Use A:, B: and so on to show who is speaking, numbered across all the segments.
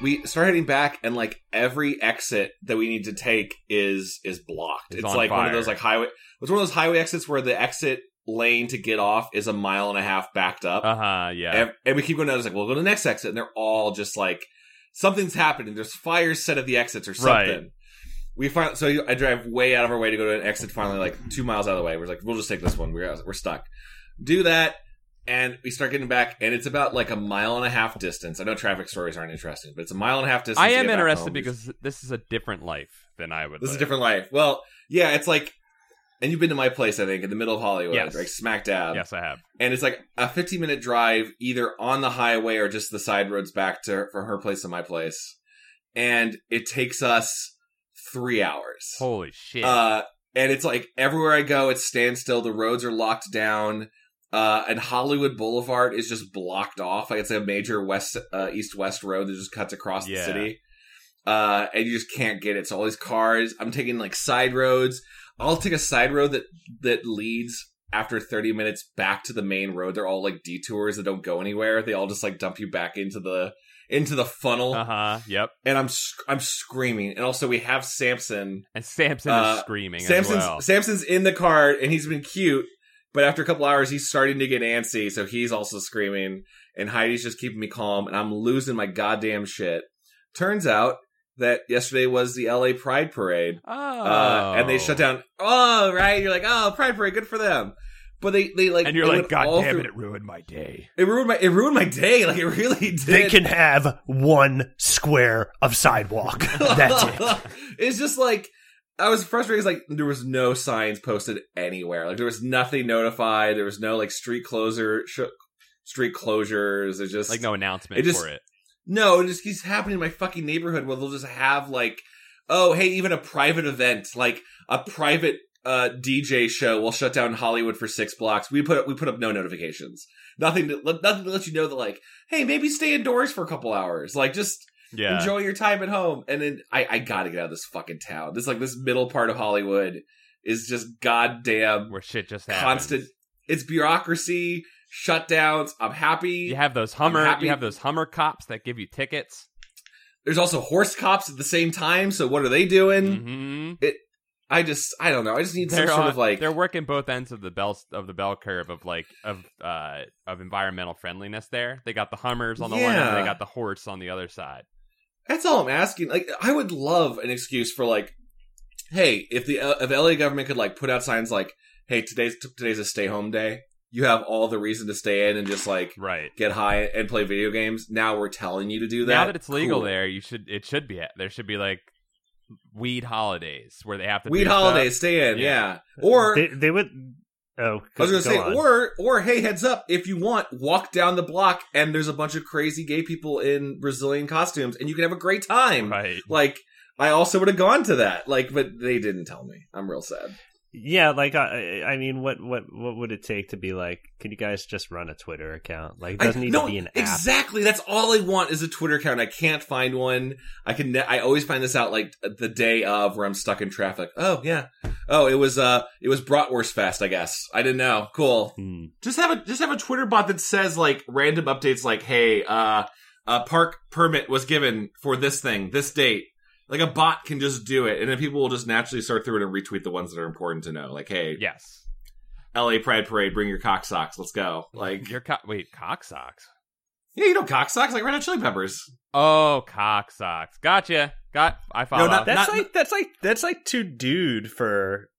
A: we start heading back, and like every exit that we need to take is is blocked.
B: It's
A: It's,
B: on
A: like one of
B: fire.
A: those like highway. It's one of those highway exits where the exit lane to get off is a mile and a half backed up,
B: Uh huh. Yeah.
A: and, and we keep going down. It's like we'll go to the next exit, and they're all just like something's happening. There's fires set at the exits or
B: Right.
A: something. We find so I drive way out of our way to go to an exit. Finally, like two miles out of the way, we're like, we'll just take this one. We're we're stuck. Do that, and we start getting back, and it's about like a mile and a half distance. I know traffic stories aren't interesting, but it's a mile and a half distance.
B: I
A: to
B: am
A: get back
B: interested
A: home.
B: because this is a different life than I would.
A: this is a
B: live.
A: different life. Well, yeah, it's like, and you've been to my place, I think, in the middle of Hollywood,
B: Yes.
A: like smack dab
B: Yes, I have.
A: and it's like a 15 minute drive either on the highway or just the side roads back to from her place to my place and it takes us three hours
B: Holy shit.
A: uh and it's like everywhere i go it's standstill the roads are locked down uh and hollywood boulevard is just blocked off like it's a major west uh, east west road that just cuts across
B: Yeah.
A: the city uh and you just can't get it so all these cars i'm taking like side roads i'll take a side road that that leads after 30 minutes back to the main road they're all like detours that don't go anywhere they all just like dump you back into the into the funnel
B: Uh huh. Yep.
A: and i'm sc- i'm screaming and also we have samson
B: And Samson is
A: Uh,
B: screaming
A: Samson's
B: as well.
A: Samson's in the cart and he's been cute, but after a couple hours he's starting to get antsy, so he's also screaming. And Heidi's just keeping me calm, and I'm losing my goddamn shit. Turns out that yesterday was the LA Pride Parade,
B: oh.
A: uh, and they shut down. Oh, right, you're like, oh, Pride Parade, good for them. But they, they like,
B: And you're
A: they
B: like,
A: went
B: God
A: all
B: damn
A: through-
B: it, it ruined my day.
A: It ruined my, it ruined my day. Like it really did.
C: They can have one square of sidewalk. That's it.
A: it's just like I was frustrated. 'cause, Like there was no signs posted anywhere. Like there was nothing notified. There was no like street closer, sh- street closures. It's just
B: Like no announcement
A: It just-
B: for it.
A: no. It just keeps happening in my fucking neighborhood where they'll just have like, oh hey, even a private event, like a private uh DJ show will shut down Hollywood for six blocks. We put we put up no notifications. Nothing to let- nothing to let you know that like, hey, maybe stay indoors for a couple hours. Like just
B: Yeah.
A: enjoy your time at home. And then I, I gotta get out of this fucking town. This like this middle part of Hollywood is just goddamn
B: where shit just happens.
A: constant. It's bureaucracy, shutdowns. I'm happy.
B: You have those Hummer.
A: happy-
B: You have those Hummer cops that give you tickets.
A: There's also horse cops at the same time. So what are they doing?
B: Mm-hmm.
A: I just I don't know. I just need some sort of like
B: they're working both ends of the bell of the bell curve of like of uh of environmental friendliness. There, they got the Hummers on the one end, and they
A: Yeah.
B: got the horse on the other side.
A: That's all I'm asking. Like, I would love an excuse for like, hey, if the uh, if LA government could like put out signs like, hey, today's today's a stay home day. You have all the reason to stay in and just like
B: Right.
A: get high and play video games. Now we're telling you to do that.
B: now that it's legal
A: Cool.
B: there, you should it should be there should be like weed holidays where they have to
A: weed
B: do stuff.
A: holidays, stay in,
B: Yeah.
A: yeah. Or
C: they, they would. Oh,
A: I was gonna
C: go
A: say,
C: on.
A: or or hey, heads up, if you want, walk down the block and there's a bunch of crazy gay people in Brazilian costumes, and you can have a great time.
B: Right.
A: Like, I also would have gone to that. Like, but they didn't tell me. I'm real sad.
C: yeah, like uh, I, I mean, what, what, what would it take to be like? Could you guys just run a Twitter account? Like, it doesn't
A: I-
C: need
A: no,
C: to be an app.
A: Exactly. That's all I want is a Twitter account. I can't find one. I can. Ne- I always find this out like the day of where I'm stuck in traffic. Oh yeah. Oh, it was uh, it was Bratwurst Fest. I guess I didn't know. Cool.
C: Hmm.
A: Just have a just have a Twitter bot that says like random updates, like hey, uh, a park permit was given for this thing, this date. Like a bot can just do it, and then people will just naturally sort through it and retweet the ones that are important to know. Like, hey,
B: Yes.
A: L.A. Pride Parade, bring your cock socks, let's go. Like,
B: Your co- wait, cock socks.
A: yeah, you know, cock socks like Red Hot Chili Peppers.
B: Oh, cock socks. Gotcha. Got. I follow.
A: not that-
C: That's like that's like that's like too dude for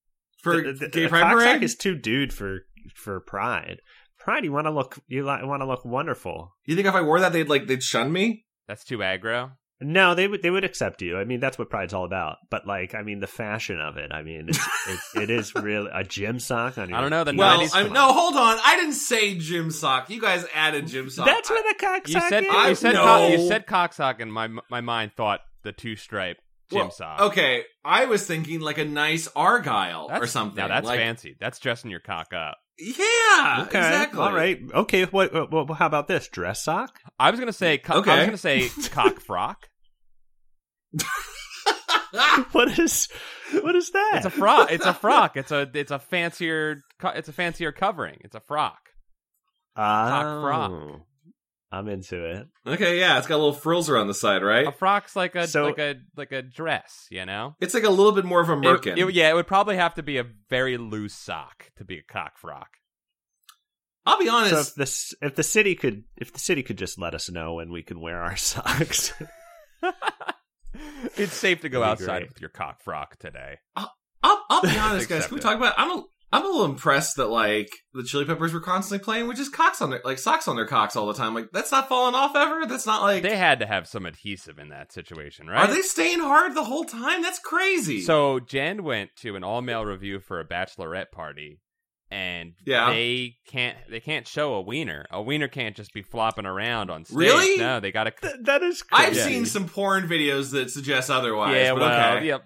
A: for
C: th- th-
A: gay
C: a
A: pride
C: cocksock
A: parade.
C: is too dude for for pride. Pride, you want to look you li- want to look wonderful.
A: you think if I wore that, they'd like they'd shun me?
B: That's too aggro.
C: No, they would they would accept you. I mean, that's what pride's all about. But like, I mean, the fashion of it. I mean, it's, it's it is really a gym sock on. Your
B: I don't know, the
C: feet.
B: Well,
A: Well,
B: 90s
A: I'm, no, hold on. I didn't say gym sock. You guys added gym sock.
C: That's where the cock
B: You
C: sock
B: said
C: is.
A: I-
B: you said
A: no.
B: cock, you said cock sock, and my my mind thought the two stripe gym
A: Well,
B: sock.
A: okay. I was thinking like a nice argyle
B: That's,
A: or something.
B: Now that's
A: like,
B: fancy. That's dressing your cock up.
A: Yeah,
C: okay,
A: exactly.
C: all right, okay. What, what, what- How about this dress sock?
B: I was gonna say. Co- I was
A: Okay.
B: gonna say cock frock.
C: What is what is that?
B: It's a frock. It's a frock. It's a it's a fancier. co- It's a fancier covering. It's a frock.
C: oh.
B: frock.
C: I'm into it.
A: Okay, yeah, it's got little frills around the side, right?
B: A frock's like a
C: So-
B: like a like a dress, you know.
A: It's like a little bit more of a merkin.
B: It- it- yeah, it would probably have to be a very loose sock to be a cock frock.
A: I'll be honest.
C: So if this if the city could if the city could just let us know when we can wear our socks.
B: It's safe to go
C: That'd be
B: outside
C: great.
B: with your cock frock today.
A: I'll, I'll be honest, guys. Can we
B: Accepted.
A: talk about? I'm a, I'm a little impressed that like the Chili Peppers were constantly playing with just cocks on their like socks on their cocks all the time. Like that's not falling off ever. That's not like
B: They had to have some adhesive in that situation, right?
A: are they staying hard the whole time? That's crazy.
B: So Jen went to an all male review for a bachelorette party, and
A: Yeah.
B: they can't they can't show a wiener. A wiener can't just be flopping around on stage.
A: Really?
B: No, they got to.
C: that is
A: I've
B: Yeah.
A: seen some porn videos that suggest otherwise.
B: Yeah,
A: but
B: well,
A: okay.
B: yeah,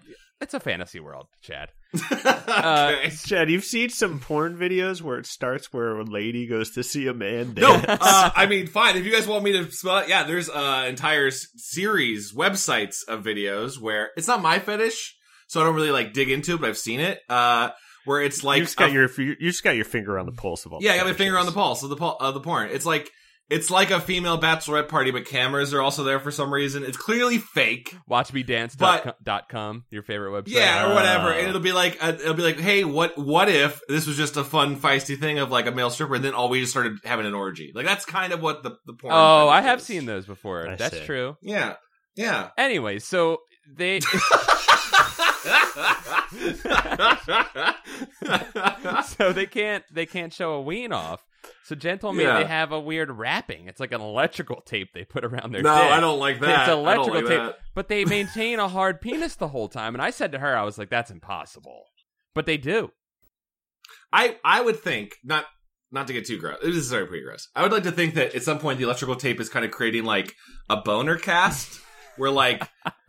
B: it's a fantasy world, Chad. Uh,
A: okay.
C: Chad, you've seen some porn videos where it starts where a lady goes to see a man
A: No,
C: dance.
A: uh, I mean, fine. If you guys want me to spell it, yeah, there's uh, entire s- series, websites of videos where it's not my fetish, so I don't really like dig into it, but I've seen it. Uh, where it's like
C: you just got
A: a-
C: your you just got your finger on the pulse of all.
A: yeah, I got my
C: fetishes.
A: finger on the pulse of the pul- of the porn. It's like it's like a female bachelorette party, but cameras are also there for some reason. It's clearly fake.
B: WatchMeDance.com, your favorite website. Uh,
A: Yeah, or whatever.
C: Oh.
A: And it'll be like uh, it'll be like, hey, what what if this was just a fun feisty thing of like a male stripper, and then all we just started having an orgy? Like that's kind of what the the porn.
B: Oh, I
A: fetish
B: have
A: is.
B: seen those before.
C: I
B: That's
C: see.
B: true.
A: Yeah, yeah.
B: Anyway, so they so they can't they can't show a ween off. So Jen told me
A: Yeah.
B: they have a weird wrapping. It's like an electrical tape they put around their
A: no,
B: dick.
A: I don't like that.
B: It's electrical
A: I don't like
B: tape, but they maintain a hard penis the whole time. And I said to her, I was like, "That's impossible," but they
A: that.
B: do.
A: I I would think not not to get too gross. This is very pretty gross. I would like to think that at some point the electrical tape is kind of creating like a boner cast where like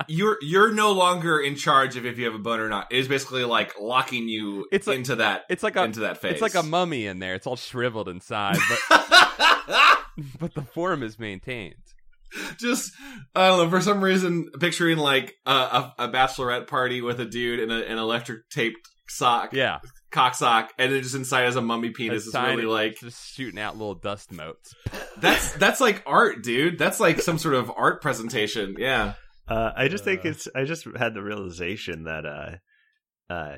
A: you're you're no longer in charge of if you have a boner or not. It is basically like locking you
B: It's like-
A: into that
B: It's like a
A: into that phase.
B: it's like a mummy in there. It's all shriveled inside, but but the form is maintained.
A: just I don't know for some reason picturing like a, a, a bachelorette party with a dude in a, an electric taped sock,
B: Yeah,
A: cock sock, and then just inside is a mummy
B: A
A: penis. It's
B: tiny-
A: really like
B: just shooting out little dust motes.
A: that's that's like art, dude. That's like some sort of art presentation. Yeah,
C: Uh, I just think
B: Uh.
C: it's. I just had the realization that uh, uh,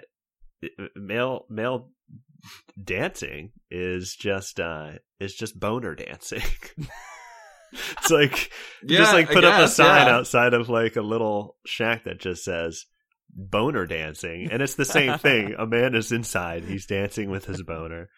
C: male male dancing is just uh, is just boner dancing. it's like
A: yeah.
C: just like
A: I
C: put up a
A: guess,
C: sign
A: yeah.
C: outside of like a little shack that just says boner dancing and it's the same thing a man is inside he's dancing with his boner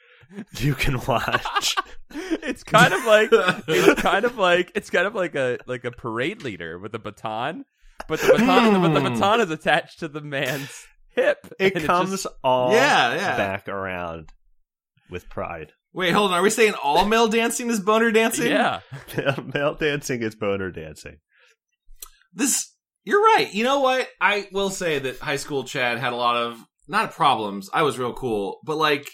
C: you can watch
B: it's kind of like it's kind of like it's kind of like a like a parade leader with a baton, but the baton but the
A: Hmm.
B: baton is attached to the man's hip.
C: it
B: and
C: comes
B: just-
C: all
A: Yeah, yeah.
C: back around with pride
A: Wait, hold on. Are we saying all male dancing is boner dancing?
B: yeah.
C: male dancing is boner dancing
A: this you're right you know what i will say that high school chad had a lot of not problems i was real cool but like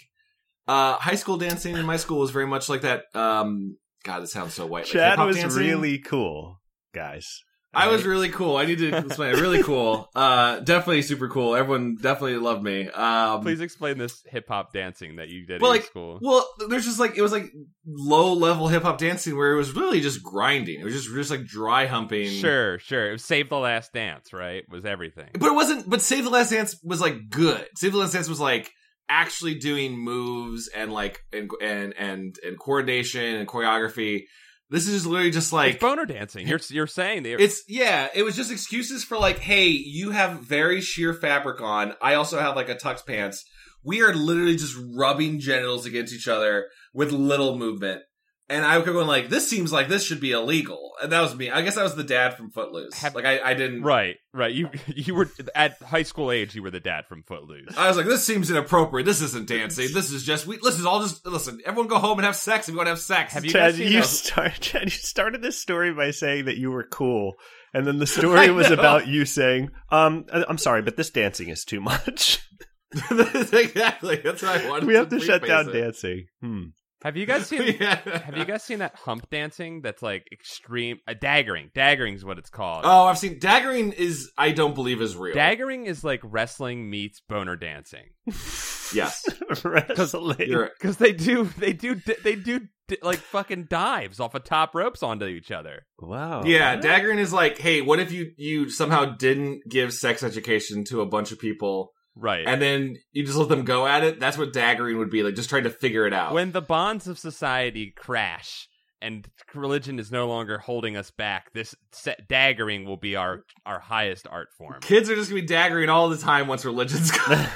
A: uh high school dancing in my school was very much like that um god it sounds so white like
C: chad
A: hip-hop
C: was
A: dancing.
C: really cool guys
A: i was really cool i need to explain it. really cool uh definitely super cool everyone definitely loved me um
B: Please explain this hip hop dancing that you did
A: Well,
B: in
A: like,
B: school.
A: Well, there's just like it was like low level hip hop dancing where it was really just grinding. It was just just like dry humping.
B: Sure, sure. It was Save the Last Dance, right? Was everything.
A: But it wasn't. But Save the Last Dance was like good. Save the Last Dance was like actually doing moves and like and and and, and coordination and choreography. This is literally just
B: Like,
A: like
B: boner dancing. You're you're saying that
A: it's yeah. It was just excuses for like, hey, you have very sheer fabric on. I also have like a tux pants. We are literally just rubbing genitals against each other with little movement. And I kept going like, this seems like this should be illegal. And that was me. I guess I was the dad from Footloose.
B: Have-
A: like I, I didn't.
B: right, right. You you were at high school age. You were the dad from Footloose.
A: I was like, this seems inappropriate. This isn't dancing. This is just we. This is all just listen. Everyone go home and have sex. If you want to have sex,
B: Have you
C: Chad,
B: guys seen
C: you
B: those-
C: start, Chad, you started this story by saying that you were cool, and then the story
A: I
C: was
A: know.
C: about you saying, um, I- "I'm sorry, but this dancing is too much.
A: exactly. That's what I wanted.
C: we have to shut
A: preface
C: down
A: it.
C: dancing." Hmm.
B: Have you guys seen?
A: yeah.
B: Have you guys seen that hump dancing? That's like extreme uh, daggering. Daggering is what it's called.
A: Oh, I've seen daggering is I don't believe is real.
B: Daggering is like wrestling meets boner dancing
A: yes,
C: Wrestling.
A: you're right.
B: because they do they do di- they do di- like fucking dives off of top ropes onto each other.
C: Wow.
A: yeah, daggering is like, hey, what if you you somehow didn't give sex education to a bunch of people
B: Right.
A: and then you just let them go at it? That's what daggering would be like, just trying to figure it out.
B: when the bonds of society crash and religion is no longer holding us back, this set daggering will be our our highest art form.
A: Kids are just gonna be daggering all the time once religion's gone.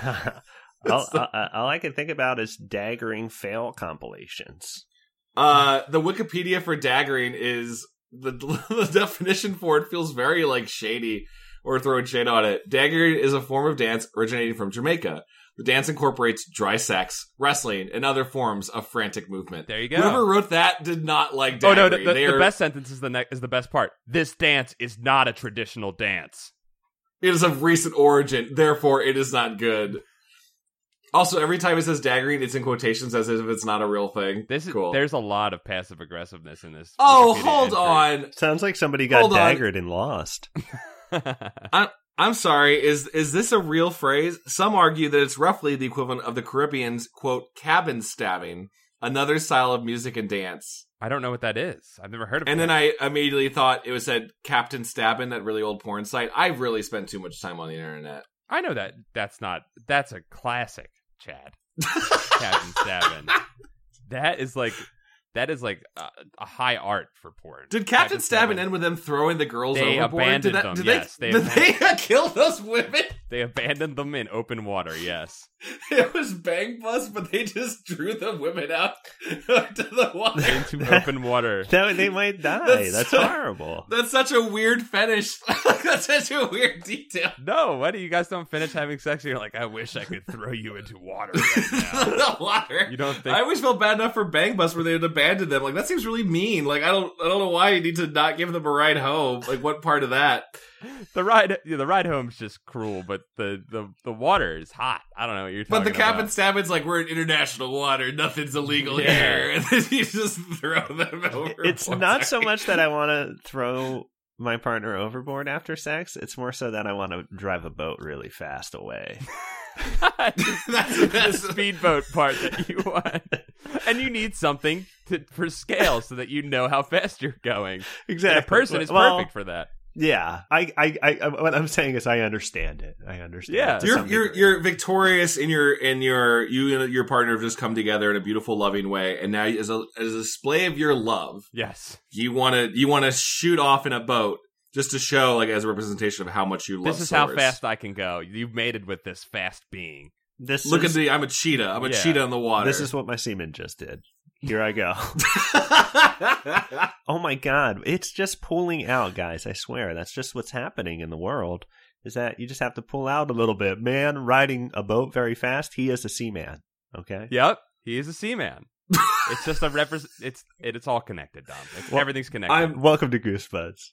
C: all, all, all I can think about is daggering fail compilations.
A: Uh, the Wikipedia for daggering is the, the definition for it feels very like shady or throwing shade on it. Daggering is a form of dance originating from Jamaica. The dance incorporates dry sex, wrestling, and other forms of frantic movement.
B: There you go.
A: Whoever wrote that did not like
B: oh
A: daggering.
B: no, the, the,
A: They
B: the
A: are-
B: best sentence is the ne- is the best part. This dance is not a traditional dance.
A: It is of recent origin, therefore it is not good. Also, every time it says daggering, it's in quotations as if it's not a real thing.
B: This is
A: cool.
B: there's a lot of passive aggressiveness in this.
A: oh,
B: Wikipedia
A: hold
B: entry.
A: on.
C: Sounds like somebody got
A: Hold on.
C: daggered and lost.
A: I'm sorry, is is this a real phrase? Some argue that it's roughly the equivalent of the Caribbean's quote cabin stabbing, another style of music and dance.
B: I don't know what that is. I've never heard of it.
A: And then I immediately thought it was said Captain Stabbin, that really old porn site. I've really spent too much time on the internet.
B: I know that that's not that's a classic, Chad. Captain Stabbin. That is like that is like a, a high art for porn.
A: Did Captain Stabbin end with them throwing the girls
B: They
A: overboard? did
B: abandoned them,
A: did
B: yes,
A: they,
B: they
A: did they kill those women?
B: They abandoned them in open water. Yes.
A: It was bang bus, but they just drew the women out to the water.
B: Into open water.
C: That, they might die.
A: That's-
C: That's, horrible.
A: That's such a weird fetish. That's such a weird detail.
B: No, why do you guys don't finish having sex? And you're like, I wish I could throw you into water right now.
A: the water.
B: You don't think
A: I always felt bad enough for Bang Bus where they had abandoned them. Like that seems really mean. Like I don't, I don't know why you need to not give them a ride home. Like what part of that?
B: the ride yeah, the ride home's just cruel, but the, the, the water is hot. I don't know what you're
A: But
B: talking
A: the Captain
B: about.
A: Stabbin's like we're in international water. Nothing's illegal
B: Yeah.
A: here, and then you just throw them over.
C: It's not so much that I want to throw my partner overboard after sex. It's more so that I want to drive a boat really fast away.
A: that's, that's
B: the speedboat part that you want. and you need something to, for scale so that you know how fast you're going.
C: Exactly.
B: And a person is
C: Well,
B: perfect for that.
C: Yeah. I, I, I, I- what I'm saying is I understand it. I understand.
B: Yeah.
C: it to
A: you're
C: some
A: you're
C: degree.
A: you're victorious in your in your you and your partner have just come together in a beautiful loving way and now as a as a display of your love
B: Yes.
A: you want to you want to shoot off in a boat just to show like as a representation of how much you love
B: This is how
A: swimmers.
B: fast I can go. You've mated with this fast being.
C: this
A: look
C: is,
A: at the i'm a cheetah i'm a
B: Yeah.
A: cheetah in the water
C: This is what my semen just did. Here I go. oh my god, it's just pulling out, guys. I swear, that's just what's happening in the world. Is that you just have to pull out a little bit. Man riding a boat very fast, he is a seaman. Okay?
B: Yep. He is a seaman. it's just a repres it's it, it's all connected, Dom. It's,
C: Well,
B: everything's connected.
A: i'm
C: Welcome to Goosebuds.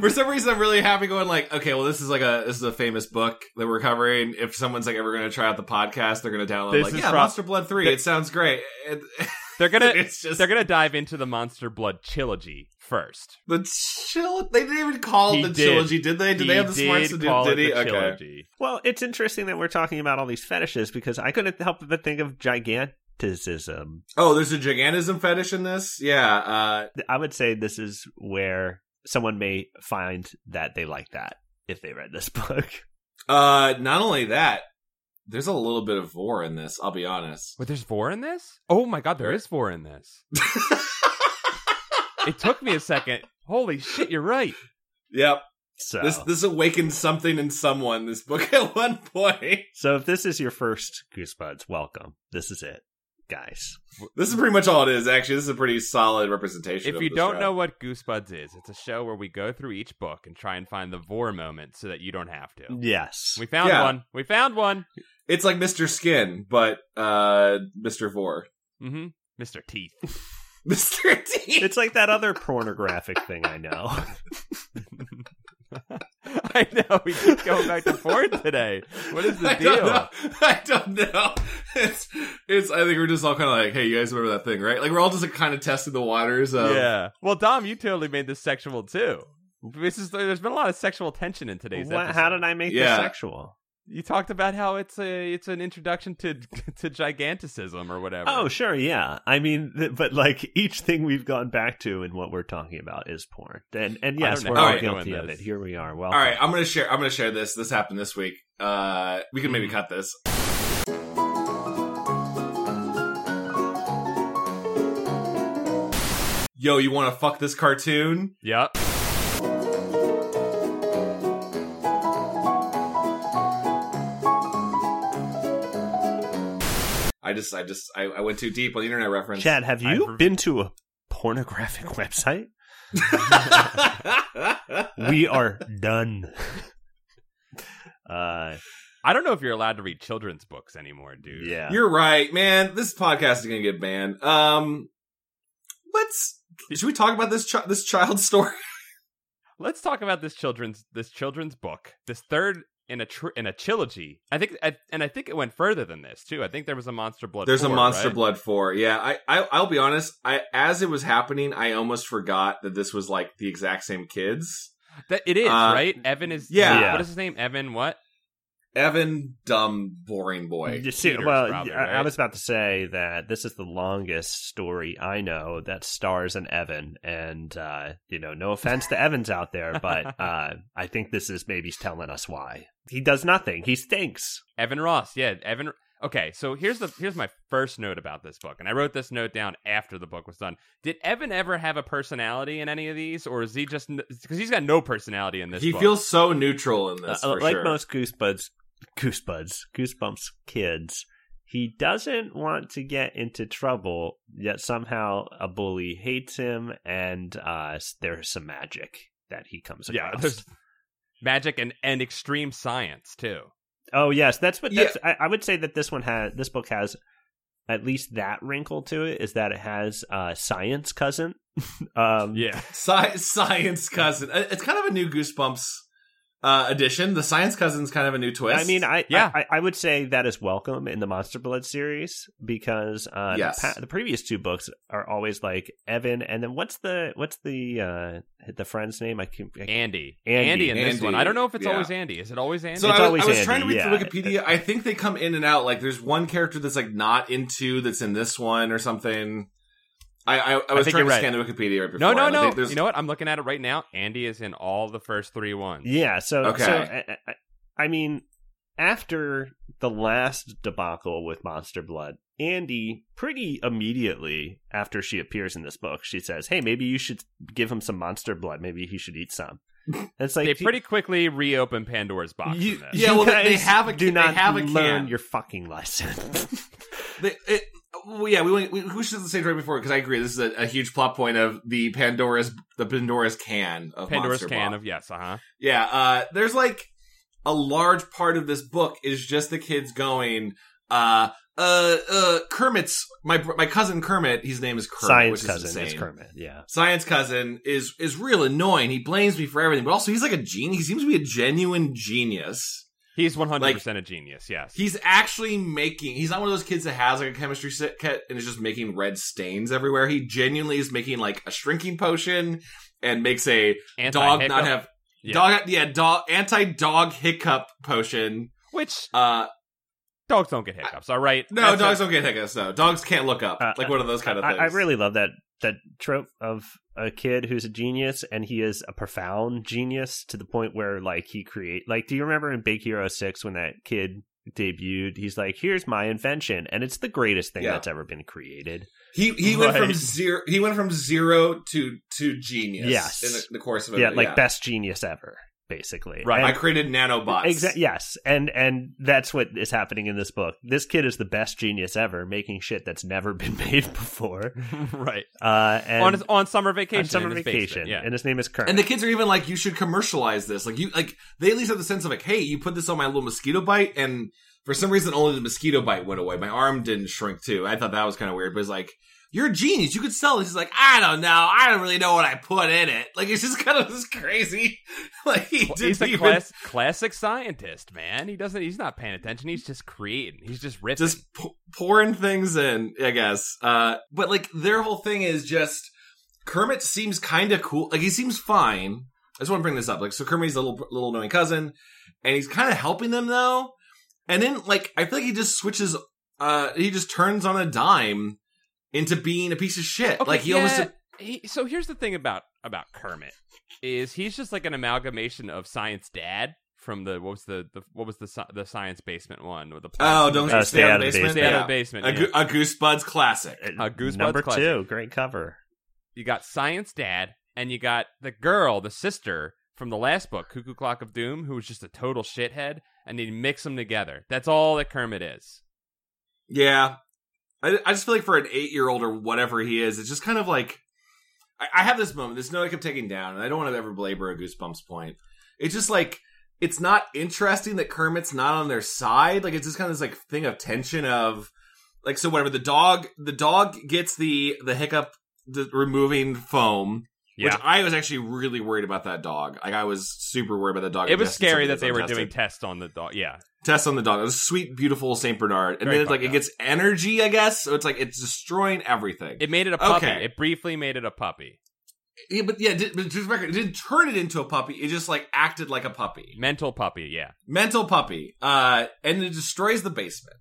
A: for some reason i'm really happy going like okay well this is like a this is a famous book that we're covering if someone's like ever going to try out the podcast they're going to download
B: This
A: like
B: is
A: yeah
B: prob-
A: monster blood 3
B: Th-
A: it sounds great And-
B: they're gonna
A: it's just
B: they're gonna dive into the Monster Blood trilogy first.
A: The chill. They didn't even call
B: He
A: it the
B: did.
A: trilogy, did they? Did they
B: He
A: have the smarts to do?
B: call
A: Did
B: it
A: he?
B: the
A: okay.
B: trilogy.
C: Well, it's interesting that we're talking about all these fetishes because I couldn't help but think of gigantism.
A: Oh, there's a gigantism fetish in this. Yeah. Uh,
C: I would say this is where someone may find that they like that if they read this book.
A: uh. Not only that, there's a little bit of vor in this. I'll be honest.
B: Wait, there's four in this? Oh my god, there is four in this. It took me a second. Holy shit, you're right.
A: yep.
C: So
A: This this awakened something in someone. This book at one point.
C: So if this is your first Goosebuds, welcome. This is it, guys.
A: This is pretty much all it is. Actually, this is a pretty solid representation.
B: If
A: of
B: you
A: this
B: don't
A: show.
B: know what Goosebuds is, it's a show where we go through each book and try and find the vor moment so that you don't have to.
C: Yes.
B: We found
A: Yeah.
B: one. We found one.
A: it's like Mr. Skin, but uh, Mr. Vor,
B: hmm Mr. Teeth.
A: Mr. T.
C: It's like that other pornographic thing I know.
B: I know we keep going back and forth today. What is the
A: I
B: deal?
A: Don't know. I don't know. It's, it's. I think we're just all kind of like, hey, you guys remember that thing, right? Like we're all just like, kind of testing the waters of.
B: yeah. Well, Dom, you totally made this sexual too. This is there's been a lot of sexual tension in today's
C: Wha-
B: episode.
C: how did I make
A: Yeah.
C: this sexual?
B: you talked about how it's a it's an introduction to to giganticism or whatever.
C: Oh, sure, yeah. I mean, th- but like each thing we've gone back to and what we're talking about is porn. And and
B: I
C: yes,
B: don't
C: we're
B: know
A: how
C: all
A: we're
B: doing
C: guilty of
B: this.
C: it. Here we are. Well,
A: All right, I'm gonna share. I'm gonna share this. This happened this week. Uh, we can maybe cut this. Yo, you want to fuck this cartoon?
B: Yep.
A: I just, I just, I, I went too deep on the internet reference.
C: Chad, have you
B: I've-
C: been to a pornographic website? we are done. uh,
B: I don't know if you're allowed to read children's books anymore, dude.
C: yeah.
A: You're right, man. This podcast is gonna get banned. Um, let's. Should we talk about this chi- this child story?
B: Let's talk about this children's this children's book, this third in a tr- in a trilogy. I think, I, and I think it went further than this too. I think there was a Monster Blood.
A: There's a
B: 4,
A: Monster
B: right?
A: Blood four. Yeah, I, I I'll be honest. I as it was happening, I almost forgot that this was like the exact same kids.
B: That it is
A: Uh,
B: right. Evan is.
A: yeah.
C: Yeah.
B: What is his name? Evan. What?
A: Evan, dumb, boring boy.
C: You see,
B: Peters,
C: well,
B: probably,
C: I, I
B: right?
C: was about to say that this is the longest story I know that stars an Evan, and uh, you know, no offense to Evans out there, but uh, I think this is maybe telling us why he does nothing. He stinks.
B: Evan Ross. Yeah, Evan. Okay, so here's the here's my first note about this book, and I wrote this note down after the book was done. Did Evan ever have a personality in any of these, or is he just because he's got no personality in this?
A: He
B: book.
A: feels so neutral in this.
C: Uh,
A: for
C: like
A: sure.
C: most goosebuds, goosebuds, goosebumps kids, he doesn't want to get into trouble. Yet somehow a bully hates him, and uh, there's some magic that he comes
B: yeah.
C: across.
B: There's magic and and extreme science too.
C: Oh yes, that's what.
A: Yeah.
C: That's, I, I would say that this one has this book has at least that wrinkle to it is that it has uh, science cousin. um,
B: Yeah,
A: Sci- science cousin. Uh, It's kind of a new Goosebumps uh, edition. The science cousin's kind of a new twist.
C: I mean, I,
B: Yeah.
C: I I- I would say that is welcome in the Monster Blood series because uh,
A: Yes.
C: the, pa- the previous two books are always like Evan and then what's the what's the uh, the friend's name? I can. I,
B: Andy.
C: Andy.
B: in this
A: Andy,
B: one. I don't know if it's
A: yeah.
B: always Andy. Is it always Andy?
A: So
C: It's
A: I was,
C: always
A: I was
C: Andy,
A: trying to read
C: yeah.
A: through Wikipedia. I think they come in and out. Like there's one character that's like not into that's in this one or something. I I, I was
B: think
A: trying to
B: you're right.
A: scan the Wikipedia right before.
B: no, no,
A: and I
B: no.
A: think there's-
B: You know what? I'm looking at it right now. Andy is in all the first three ones.
C: Yeah. So,
A: Okay.
C: so I, I- I mean, after the last debacle with Monster Blood, Andy pretty immediately after she appears in this book, she says, "Hey, maybe you should give him some Monster Blood. Maybe he should eat some." And it's like
B: they pretty quickly reopen Pandora's box.
C: You,
B: in this.
A: Yeah, well, they-
C: guys
A: they have a-
C: do
A: they
C: not
A: have a
C: learn
A: can.
C: your fucking lesson.
A: They, it, well, yeah, we, went- we we should have said right before because I agree. This is a, a huge plot point of the Pandora's the Pandora's can of
B: Pandora's
A: Monster
B: can
A: Block.
B: of yes, uh huh.
A: yeah. Uh, there's like a large part of this book is just the kids going. Uh, uh, uh, Kermit's my br- my cousin Kermit. His name is Kermit. which
C: Science
A: is
C: cousin,
A: insane.
C: it's Kermit. Yeah,
A: science cousin is is real annoying. He blames me for everything, but also he's like a genius. He seems to be a genuine genius.
B: He's 100 percent a genius. Yes,
A: He's actually making. He's not one of those kids that has like a chemistry set kit and is just making red stains everywhere. He genuinely is making like a shrinking potion and makes a dog
B: Anti-hiccup.
A: not have
B: Yeah.
A: dog yeah dog anti dog hiccup potion.
B: which
A: Uh,
B: dogs don't get hiccups. All right,
A: no,
B: That's
A: dogs
B: a-
A: don't get hiccups. No, dogs can't look up.
C: Uh,
A: like one of those kind of
C: I,
A: things.
C: I really love that that trope of a kid who's a genius and he is a profound genius to the point where like he create like do you remember in Big Hero 6 when that kid debuted he's like here's my invention and it's the greatest thing
A: Yeah.
C: that's ever been created
A: He he went from
B: Right.
A: zero. He went from zero to to genius.
C: Yes.
A: in the, the course of a
C: yeah like best genius ever basically
B: Right.
C: And-
A: I created nanobots.
C: Exactly. Yes, and and that's what is happening in this book. This kid is the best genius ever, making shit that's never been made before.
B: right
C: Uh, and
B: on his, on summer vacation.
C: on summer
B: in his
C: vacation,
B: basement, Yeah,
C: and his name is Kern.
A: And the kids are even like, you should commercialize this. Like you, like they at least have the sense of like, hey, you put this on my little mosquito bite, and for some reason, only the mosquito bite went away. My arm didn't shrink too. I thought that was kind of weird, but it's like you're a genius. You could sell this. He's like, I don't know. I don't really know what I put in it. Like, it's just kind of this crazy. Like, he
B: Well,
A: didn't
B: he's a
A: even-
B: class, classic scientist, man. He doesn't. He's not paying attention. He's just creating. He's just riffing.
A: just p- pouring things in, I guess. Uh,
D: But like
A: their whole thing is just Kermit seems kind of cool. Like he seems fine. I just want to bring this up. Like so, Kermit's little little annoying cousin, and he's kind of helping them though. And then like I feel like he just switches. Uh, he just turns on a dime into being a piece of shit.
B: Okay,
A: like he
B: yeah,
A: almost
B: he- so here's the thing about about Kermit is he's just like an amalgamation of Science Dad from the what was the, the what was the sci- the Science Basement one or the
A: oh don't
C: Uh,
A: stay, out of the
B: Stay
A: basement.
B: out of
A: Yeah.
B: the basement.
A: A,
B: yeah.
A: Goo- a Goosebuds classic.
B: Uh, Goosebumps
C: Number
B: classic.
C: two, great cover.
B: you got Science Dad and you got the girl, the sister from the last book, Cuckoo Clock of Doom, who was just a total shithead, and they mix them together. That's all that Kermit is.
A: Yeah. I, I just feel like for an eight year old or whatever he is, it's just kind of like I, I have this moment, this note I kept taking down, and I don't want to ever belabor a goosebumps point. It's just like it's not interesting that Kermit's not on their side. Like it's just kind of this like thing of tension of like so whatever the dog the dog gets the the hiccup the removing foam. Which
B: Yeah.
A: I was actually really worried about that dog. Like I was super worried about that dog.
B: It was
A: ingesting
B: scary
A: something
B: that they
A: that's
B: were
A: untested
B: doing tests on the dog. Yeah.
A: test on the dog. It was sweet, beautiful Saint Bernard, and
B: Very
A: then it's like
B: fucked
A: it gets energy, I guess. So it's like it's destroying everything.
B: It made it a puppy.
A: Okay.
B: It briefly made it a puppy.
A: yeah, but yeah, it did, but just record, it didn't turn it into a puppy. It just like acted like a puppy,
B: Mental puppy, yeah.
A: mental puppy, uh, and it destroys the basement.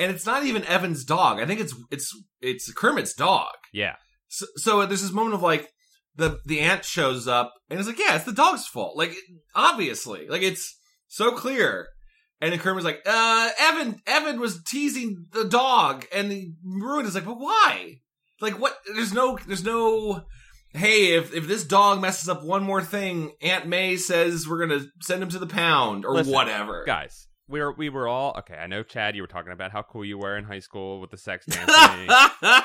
A: And it's not even Evan's dog. I think it's it's it's Kermit's dog.
B: Yeah.
A: So, so there's this moment of like the the aunt shows up and it's like, yeah, it's the dog's fault. Like obviously, like it's so clear. And then Kermit's like, uh, Evan, Evan was teasing the dog, and the Maroon is like, but why? Like what? There's no, there's no. Hey, if if this dog messes up one more thing, Aunt May says we're gonna send him to the pound or
B: Listen,
A: whatever.
B: Guys, we were we were all okay, I know Chad, you were talking about how cool you were in high school with the sex dancing.
A: and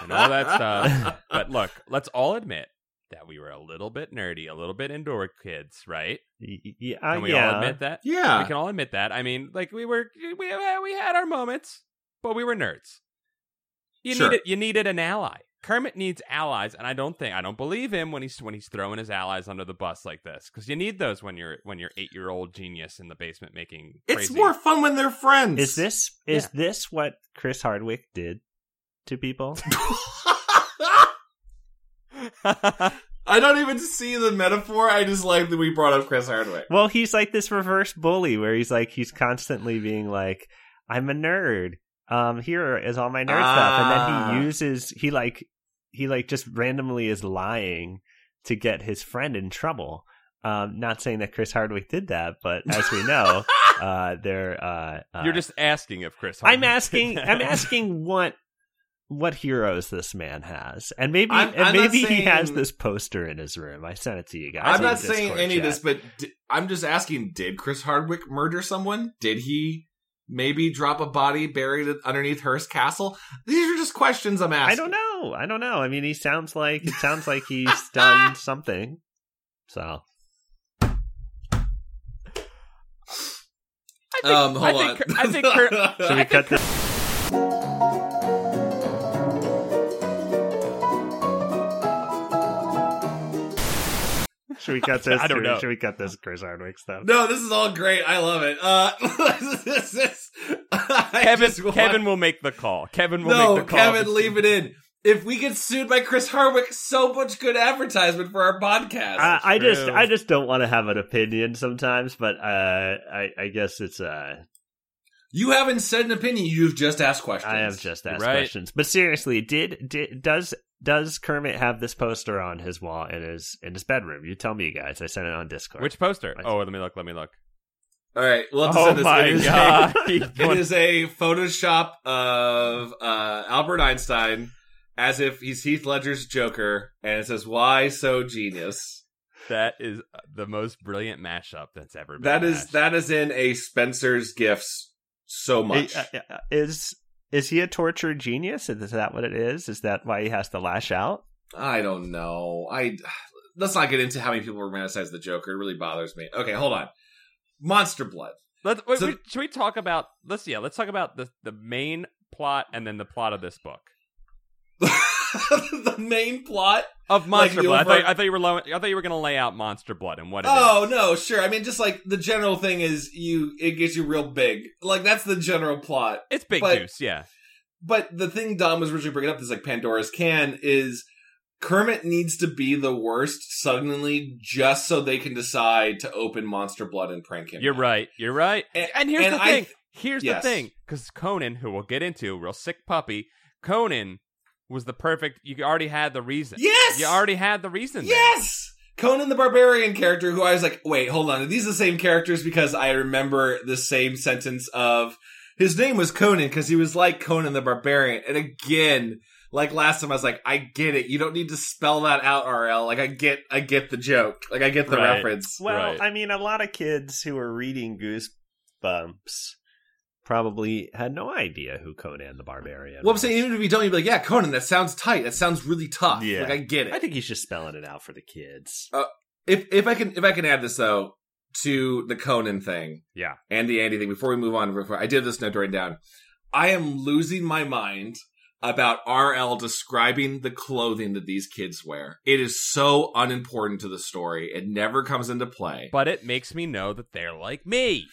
B: and all that stuff. but look, let's all admit that we were a little bit nerdy, a little bit indoor kids, right?
C: Y- y- Yeah,
B: Can we
C: Uh, yeah.
B: all admit that? We
A: Yeah,
B: can all admit that. I mean, like we were, we uh, we had our moments, but we were nerds. You
A: Sure.
B: needed you needed an ally. Kermit needs allies, and I don't think I don't believe him when he's when he's throwing his allies under the bus like this because you need those when you're when you're eight year old genius in the basement making.
A: it's
B: crazy-
A: more fun when they're friends.
C: Is this is this what Chris Hardwick did to people?
A: I don't even see the metaphor. I just like that we brought up Chris Hardwick.
C: well, he's like this reverse bully where he's like he's constantly being like, "I'm a nerd. Um, here is all my nerd stuff," and
A: Ah.
C: then he uses he like he like just randomly is lying to get his friend in trouble. Um, not saying that Chris Hardwick did that, but as we know, uh, they're uh, uh,
B: You're just asking if Chris. Hardwick
C: I'm
B: did
C: asking.
B: that.
C: I'm asking what what heroes this man has, and maybe
A: I'm-
C: and
A: I'm not
C: maybe he has
A: saying-
C: this poster in his room. I sent it to you guys.
A: I'm
C: in
A: not
C: the
A: saying
C: Discord
A: any of
C: chat.
A: this, but d- I'm just asking: Did Chris Hardwick murder someone? Did he maybe drop a body buried it underneath Hearst Castle? These are just questions I'm asking.
C: I don't know. I don't know. I mean, he sounds like it sounds like he's done something. So
B: I think-
A: um,
B: I
A: hold
B: think
A: on.
B: Ker- I think Ker-
C: should we cut this? Should we cut this?
B: I don't
C: or
B: know.
C: Should we cut this Chris Hardwick stuff?
A: no, this is all great. I love it. Uh, this is, I
B: Kevin.
A: just want-
B: Kevin will make the call. Kevin will
A: no,
B: make the call.
A: Kevin, leave it in. If we get sued by Chris Hardwick, so much good advertisement for our podcast.
C: I, I just
B: true.
C: I just don't want to have an opinion sometimes, but uh, I I guess it's uh
A: you haven't said an opinion. You've just asked questions.
C: I have just asked
B: Right.
C: questions. But seriously, did, did does does Kermit have this poster on his wall in his in his bedroom? You tell me, guys. I sent it on Discord.
B: Which poster?
C: Right.
B: Oh, let me look. Let me look.
A: All right, we'll have to
B: Oh
A: send this. It
B: my
A: is a-
B: god!
A: It is a Photoshop of uh, Albert Einstein as if he's Heath Ledger's Joker, and it says "Why so genius."
B: that is the most brilliant mashup that's ever been.
A: That is
B: mashed.
A: that is in a Spencer's Gifts so much.
C: Uh, uh, uh, is is he a tortured genius? Is that what it is? Is that why he has to lash out?
A: I don't know. I let's not get into how many people romanticize the Joker. It really bothers me. Okay, hold on. Monster Blood.
B: Let's, wait,
A: So-
B: wait, should we talk about? Let's yeah. Let's talk about the the main plot and then the plot of this book.
A: the main plot.
B: of monster
A: Like, you
B: blood. I
A: over-
B: thought, I thought you were lo- I thought you were gonna lay out monster blood and what it is.
A: Oh no, sure. I mean, just like the general thing is, you it gets you real big. Like that's the general plot.
B: It's big
A: but-
B: goose, yeah.
A: But the thing Dom was originally bringing up is like Pandora's can is Kermit needs to be the worst suddenly just so they can decide to open Monster Blood and prank him.
B: You're right. You're right.
A: And-
B: And here's
A: and
B: the
A: I
B: thing. here's
A: yes.
B: the thing. Because Conan, who we'll get into, real sick puppy. Conan was the perfect. You already had the reason.
A: Yes.
B: You already had the reason. there.
A: Yes. Conan the Barbarian character, who I was like, wait, hold on, are these the same characters? Because I remember the same sentence of his name was Conan because he was like Conan the Barbarian. And again, like last time, I was like, I get it. You don't need to spell that out, RL. Like I get, I get the joke. Like I get the
B: Right.
A: reference.
C: Well,
B: Right.
C: I mean, a lot of kids who were reading Goosebumps probably had no idea who Conan the Barbarian.
A: Well, I'm
C: was.
A: saying even if you don't, you'd be like, yeah, Conan. That sounds tight. That sounds really tough.
C: Yeah.
A: Like I get it.
C: I think he's just spelling it out for the kids.
A: if if I can if I can add this though to the Conan thing,
B: Yeah.
A: and the Andy thing before we move on. Before I did this note to write down, I am losing my mind about RL describing the clothing that these kids wear. It is so unimportant to the story; it never comes into play.
B: But it makes me know that they're like me.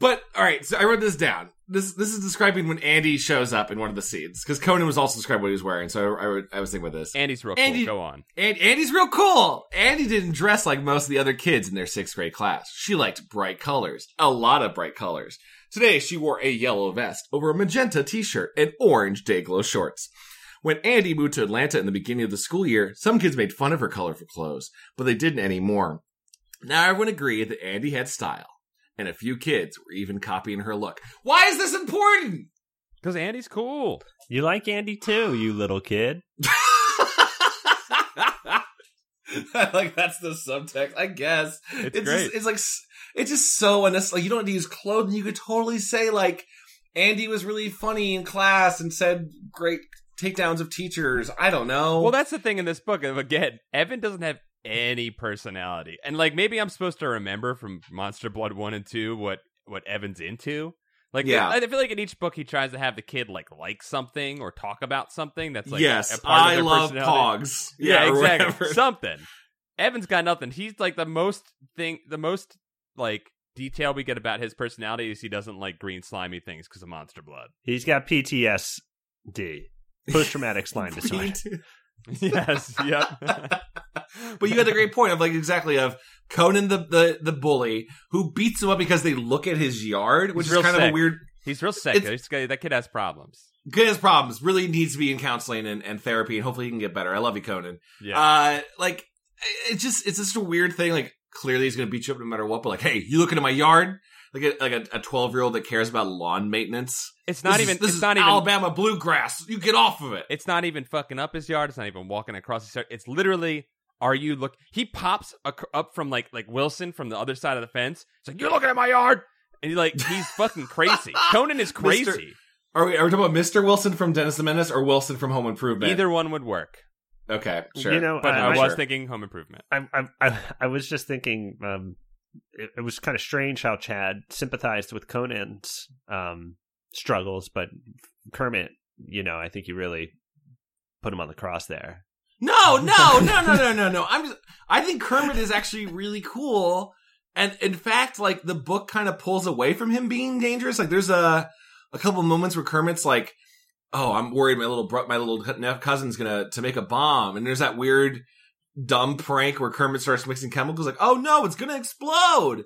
A: But all right, so I wrote this down. This this is describing when Andy shows up in one of the scenes because Conan was also describing what he was wearing. So I, I, wrote- I was thinking about this.
B: Andy's real
A: Andy-
B: cool. Go on.
A: And Andy's real cool. Andy didn't dress like most of the other kids in their sixth grade class. She liked bright colors, a lot of bright colors. Today, she wore a yellow vest over a magenta t shirt and orange day glow shorts. When Andy moved to Atlanta in the beginning of the school year, some kids made fun of her colorful clothes, but they didn't anymore. Now everyone agreed that Andy had style, and a few kids were even copying her look. Why is this important?
B: Because Andy's cool.
C: You like Andy too, you little kid.
A: like that's the subtext, I guess.
B: It's,
A: it's
B: great.
A: Just, it's like s- it's just so unnecessary. Like, you don't need to use clothing. You could totally say like Andy was really funny in class and said great takedowns of teachers. I don't know.
B: Well, that's the thing in this book. and Again, Evan doesn't have any personality, and like maybe I'm supposed to remember from Monster Blood One and Two what what Evan's into. Like,
A: Yeah.
B: I I feel like in each book he tries to have the kid like like something or talk about something that's like
A: yes,
B: a part of
A: I
B: their
A: love
B: personality.
A: pogs.
B: Yeah,
A: or
B: exactly.
A: whatever.
B: Something. Evan's got nothing. He's like the most thing, the most like detail we get about his personality is he doesn't like green slimy things because of Monster Blood.
C: He's got PTSD, post traumatic slime disorder.
B: yes. Yep.
A: but you had the great point of like exactly of Conan the, the the bully who beats him up because they look at his yard, which is
B: He's real
A: kind of a
B: sick.
A: weird.
B: He's real sick.
A: It's-
B: This guy- that kid has problems.
A: Good as problems really needs to be in counseling and, and therapy, and hopefully he can get better. I love you, Conan.
B: Yeah.
A: Uh, like it's just it's just a weird thing. Like clearly he's gonna beat you up no matter what. But like, hey, you looking at my yard? Like a, like a- a twelve year old that cares about lawn maintenance.
B: It's not
A: This is-
B: even.
A: this
B: it's
A: is
B: not even.
A: Alabama bluegrass. You get off of it.
B: It's not even fucking up his yard. It's not even walking across his yard. It's literally. Are you look? He pops ac- up from like like Wilson from the other side of the fence. It's like you're looking at my yard, and he like he's fucking crazy. Conan is crazy.
A: Are we are we talking about Mr. Wilson from Dennis the Menace or Wilson from Home Improvement?
B: Either one would work.
A: Okay, sure.
C: You know,
B: But
C: I,
B: I,
C: I-
B: was
A: sure.
B: thinking Home Improvement.
C: I, I, I, I was just thinking um, it, it was kind of strange how Chad sympathized with Conan's um, struggles, but Kermit, you know, I think you really put him on the cross there.
A: No, no, no, no, no, no, no. I'm just, I think Kermit is actually really cool. And in fact, like the book kind of pulls away from him being dangerous. Like there's a, a couple moments where Kermit's like, Oh, I'm worried my little bro, my little co- cousin's gonna, to make a bomb. And there's that weird dumb prank where Kermit starts mixing chemicals. Like, Oh no, it's gonna explode.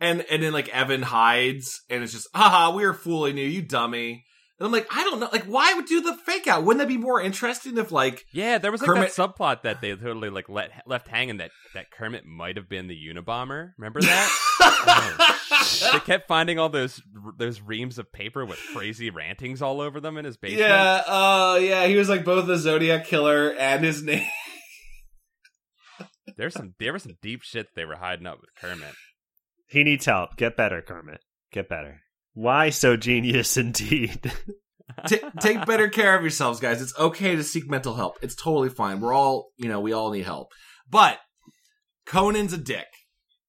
A: And, and then like Evan hides and it's just, haha, we were fooling you, you dummy. And I'm like, I don't know. Like, why would you do the fake out? Wouldn't that be more interesting if like,
B: Yeah, there was like
A: Kermit-
B: that subplot that they totally like let left hanging that that Kermit might have been the Unabomber. Remember that? Oh, they kept finding all those those reams of paper with crazy rantings all over them in his basement.
A: Yeah, oh yeah, he was like both the Zodiac killer and his name.
B: There's some there was some deep shit they were hiding up with Kermit.
C: He needs help. Get better, Kermit. Get better. Why so genius indeed?
A: T- take better care of yourselves, guys. It's okay to seek mental help. It's totally fine. We're all, you know, we all need help. But Conan's a dick.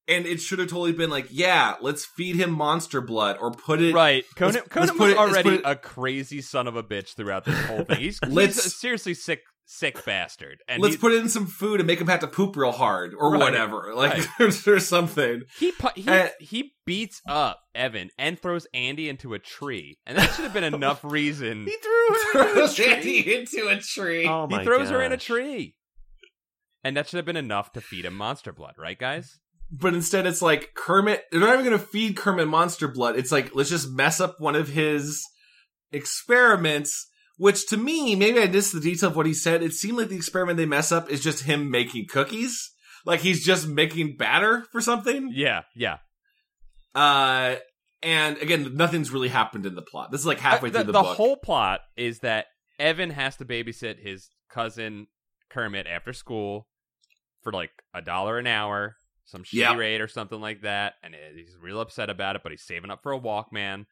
A: And it should have totally been like, yeah, let's feed him monster blood or put it
B: Right. Conan
A: let's
B: Conan
A: put
B: was
A: it- let's
B: already
A: put it-
B: a crazy son of a bitch throughout this whole thing. He's, he's
A: Let's-
B: a seriously sick sick bastard. And
D: Let's
B: he,
D: put in some food and make him have to poop real hard or
B: Right.
D: whatever. Like
B: Right.
D: there's, there's something.
B: he pu- he,
D: Uh,
B: he beats up Evan and throws Andy into a tree, and that should have been enough reason.
C: He threw
D: Throws Andy into a tree.
C: Oh my
B: he throws her in a
C: gosh.
B: tree, and that should have been enough to feed him monster blood, right, guys?
A: but instead it's like Kermit. They're not even going to feed Kermit monster blood. It's like let's just mess up one of his experiments. Which to me, maybe I missed the detail of what he said. It seemed like the experiment they mess up is just him making cookies, like he's just making batter for something.
B: Yeah, yeah.
A: Uh, and again, nothing's really happened in the plot. This is like halfway
B: Uh,
A: through the, book.
B: whole plot is that Evan has to babysit his cousin Kermit after school for like a dollar an hour, some shitty
A: Yeah.
B: rate or something like that, and it- he's real upset about it. But he's saving up for a Walkman,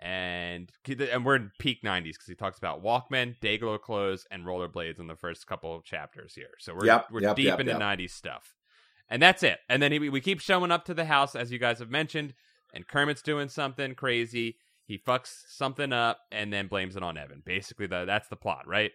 B: and and we're in peak '90s because he talks about Walkman, Dayglow clothes, and rollerblades in the first couple of chapters here. So we're
D: Yep,
B: we're
D: yep,
B: deep
D: yep,
B: into
D: yep.
B: '90s stuff, and that's it. And then he, we keep showing up to the house as you guys have mentioned, and Kermit's doing something crazy. He fucks something up and then blames it on Evan. Basically, the, that's the plot, right?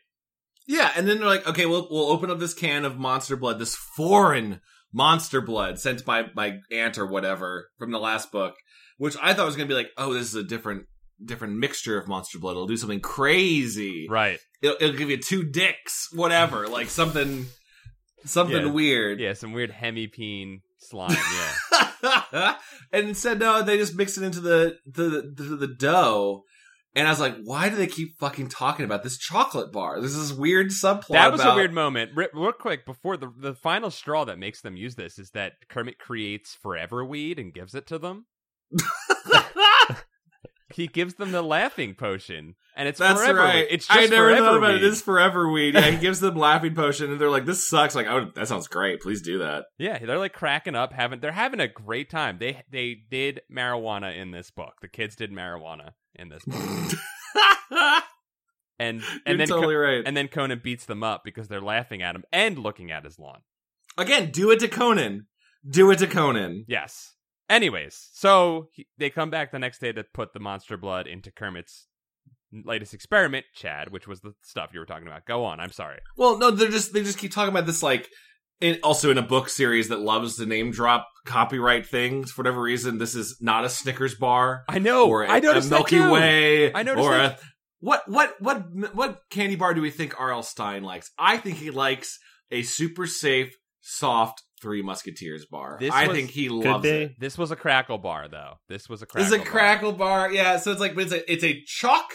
A: Yeah, and then they're like, okay, we'll we'll open up this can of monster blood, this foreign monster blood sent by my aunt or whatever from the last book, which I thought was gonna be like, oh, this is a different different mixture of monster blood. It'll do something crazy.
B: Right.
A: It'll, it'll give you two dicks, whatever, like something something
B: Yeah.
A: weird.
B: Yeah, some weird hemipene slime. Yeah.
A: and instead, no, they just mix it into the the, the the dough. And I was like, why do they keep fucking talking about this chocolate bar? This is weird subplot.
B: that was
A: about-
B: a weird moment. Re- real quick, before the the final straw that makes them use this is that Kermit creates forever weed and gives it to them. he gives them the laughing potion, and it's
A: That's
B: forever.
A: right.
B: Weed. It's just
A: I never
B: forever
A: thought about
B: weed.
A: it. It's forever weed. Yeah, he gives them laughing potion, and they're like, "This sucks." Like, oh, that sounds great. Please do that.
B: Yeah, they're like cracking up, having they're having a great time. They they did marijuana in this book. The kids did marijuana in this book, and
A: You're
B: and then
A: totally
B: Co-
A: right.
B: and then Conan beats them up because they're laughing at him and looking at his lawn.
A: Again, do it to Conan. Do it to Conan.
B: Yes. Anyways, so he, they come back the next day to put the monster blood into Kermit's latest experiment, Chad, which was the stuff you were talking about. Go on. I'm sorry.
A: Well, no, they're just they just keep talking about this like. In, also in a book series that loves to name drop copyright things for whatever reason this is not a snickers bar
B: I know.
A: or a,
B: I
A: a
B: noticed that
A: milky
B: too.
A: way
B: I noticed
A: or
B: that-
A: a, what what what what candy bar do we think rl stein likes i think he likes a super safe soft three musketeers bar
B: This
A: i
B: was-
A: think he
C: Could
A: loves
C: be.
A: it
B: This was a crackle bar, though. This was a crackle.
A: it's a
B: bar.
A: crackle bar yeah so it's like but it's a it's a chalk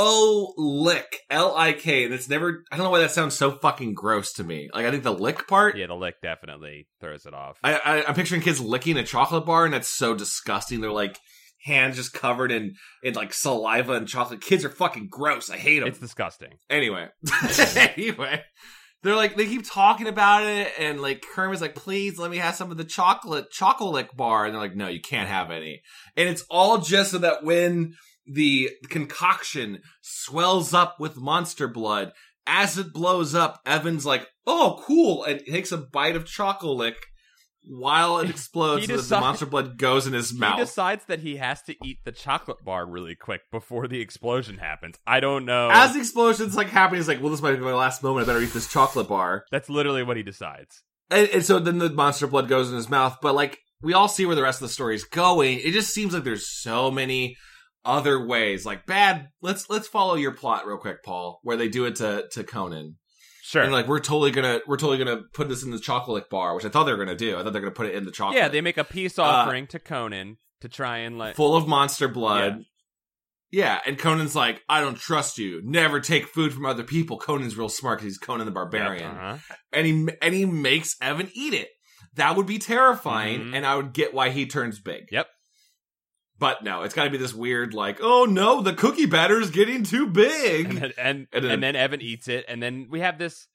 A: o lick l-i-k and it's never i don't know why that sounds so fucking gross to me like i think the lick part
B: Yeah, the lick definitely throws it off.
A: I, I, I'm picturing kids licking a chocolate bar, and that's so disgusting. They're like hands just covered in in like saliva and chocolate. Kids are fucking gross. I hate them.
B: it's disgusting.
A: anyway, anyway, they're like they keep talking about it, and like Kermit's like, "Please let me have some of the chocolate chocolate bar," and they're like, "No, you can't have any." And it's all just so that when the concoction swells up with monster blood. As it blows up, Evan's like, "Oh, cool!" and takes a bite of chocolate while it explodes. so that
B: decide-
A: the monster blood goes in his mouth.
B: He decides that he has to eat the chocolate bar really quick before the explosion happens. I don't know.
A: As the explosion's like happening, he's like, "Well, this might be my last moment. I better eat this chocolate bar."
B: That's literally what he decides.
A: And, and so then the monster blood goes in his mouth, but like we all see where the rest of the story is going. It just seems like there's so many other ways. Like bad, let's let's follow your plot real quick, Paul, where they do it to to Conan.
B: Sure.
A: And like we're totally gonna we're totally gonna put this in the chocolate bar, which I thought they were gonna do. I thought they're gonna put it in the chocolate.
B: yeah, they make a
A: Uh,
B: peace offering to Conan to try and like.
A: full of monster blood. Yeah. and Conan's like, I don't trust you. Never take food from other people. Conan's real smart because he's Conan the Barbarian.
B: Uh-huh.
A: and he and he makes Evan eat it. That would be terrifying,
B: Mhm.
A: and I would get why he turns big.
B: Yep.
A: But no, it's got to be this weird, like, oh no, the cookie batter's getting too big.
B: And then, and,
A: And then-
B: and then Evan eats it, and then we have this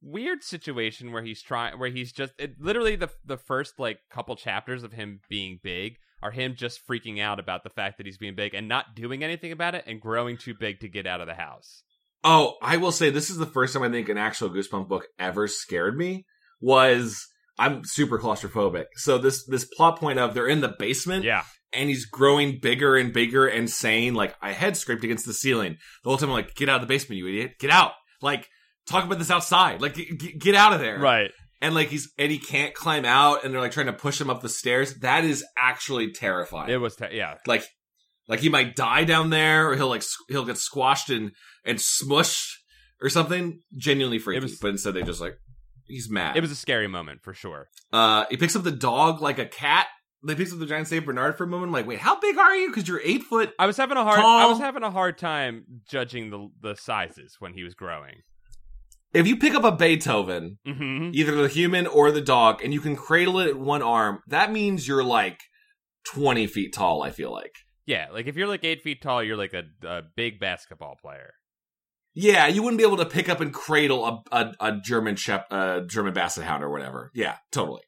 B: weird situation where he's trying, where he's just it, literally the the first like couple chapters of him being big are him just freaking out about the fact that he's being big and not doing anything about it and growing too big to get out of the house.
A: oh, I will say this is the first time I think an actual Goosebump book ever scared me. Was I'm super claustrophobic, so this this plot point of they're in the basement,
B: Yeah,
A: and he's growing bigger and bigger and saying like I head scraped against the ceiling. The whole time I'm like, get out of the basement, you idiot. Get out. Like talk about this outside. Like, g- g- get out of there.
B: Right.
A: And like he's and he can't climb out, and they're like trying to push him up the stairs. That is actually terrifying.
B: It was, te- yeah.
A: like, like he might die down there, or he'll like s- he'll get squashed and and smushed or something. Genuinely freaky.
B: was-
A: but instead they just like he's mad.
B: It was a scary moment for sure.
A: Uh, he picks up the dog like a cat. They picks up the giant Saint Bernard for a moment. like, wait, how big are you? Because you're eight foot.
B: I was having a hard, I
A: Tall.
B: was having a hard time judging the the sizes when he was growing.
A: If you pick up a Beethoven,
B: hmm
A: either the human or the dog, and you can cradle it in one arm, that means you're like twenty feet tall. I feel like.
B: Yeah, like if you're like eight feet tall, you're like a, a big basketball player.
A: Yeah, you wouldn't be able to pick up and cradle a a, a German shep, a German Basset Hound or whatever. Yeah, totally.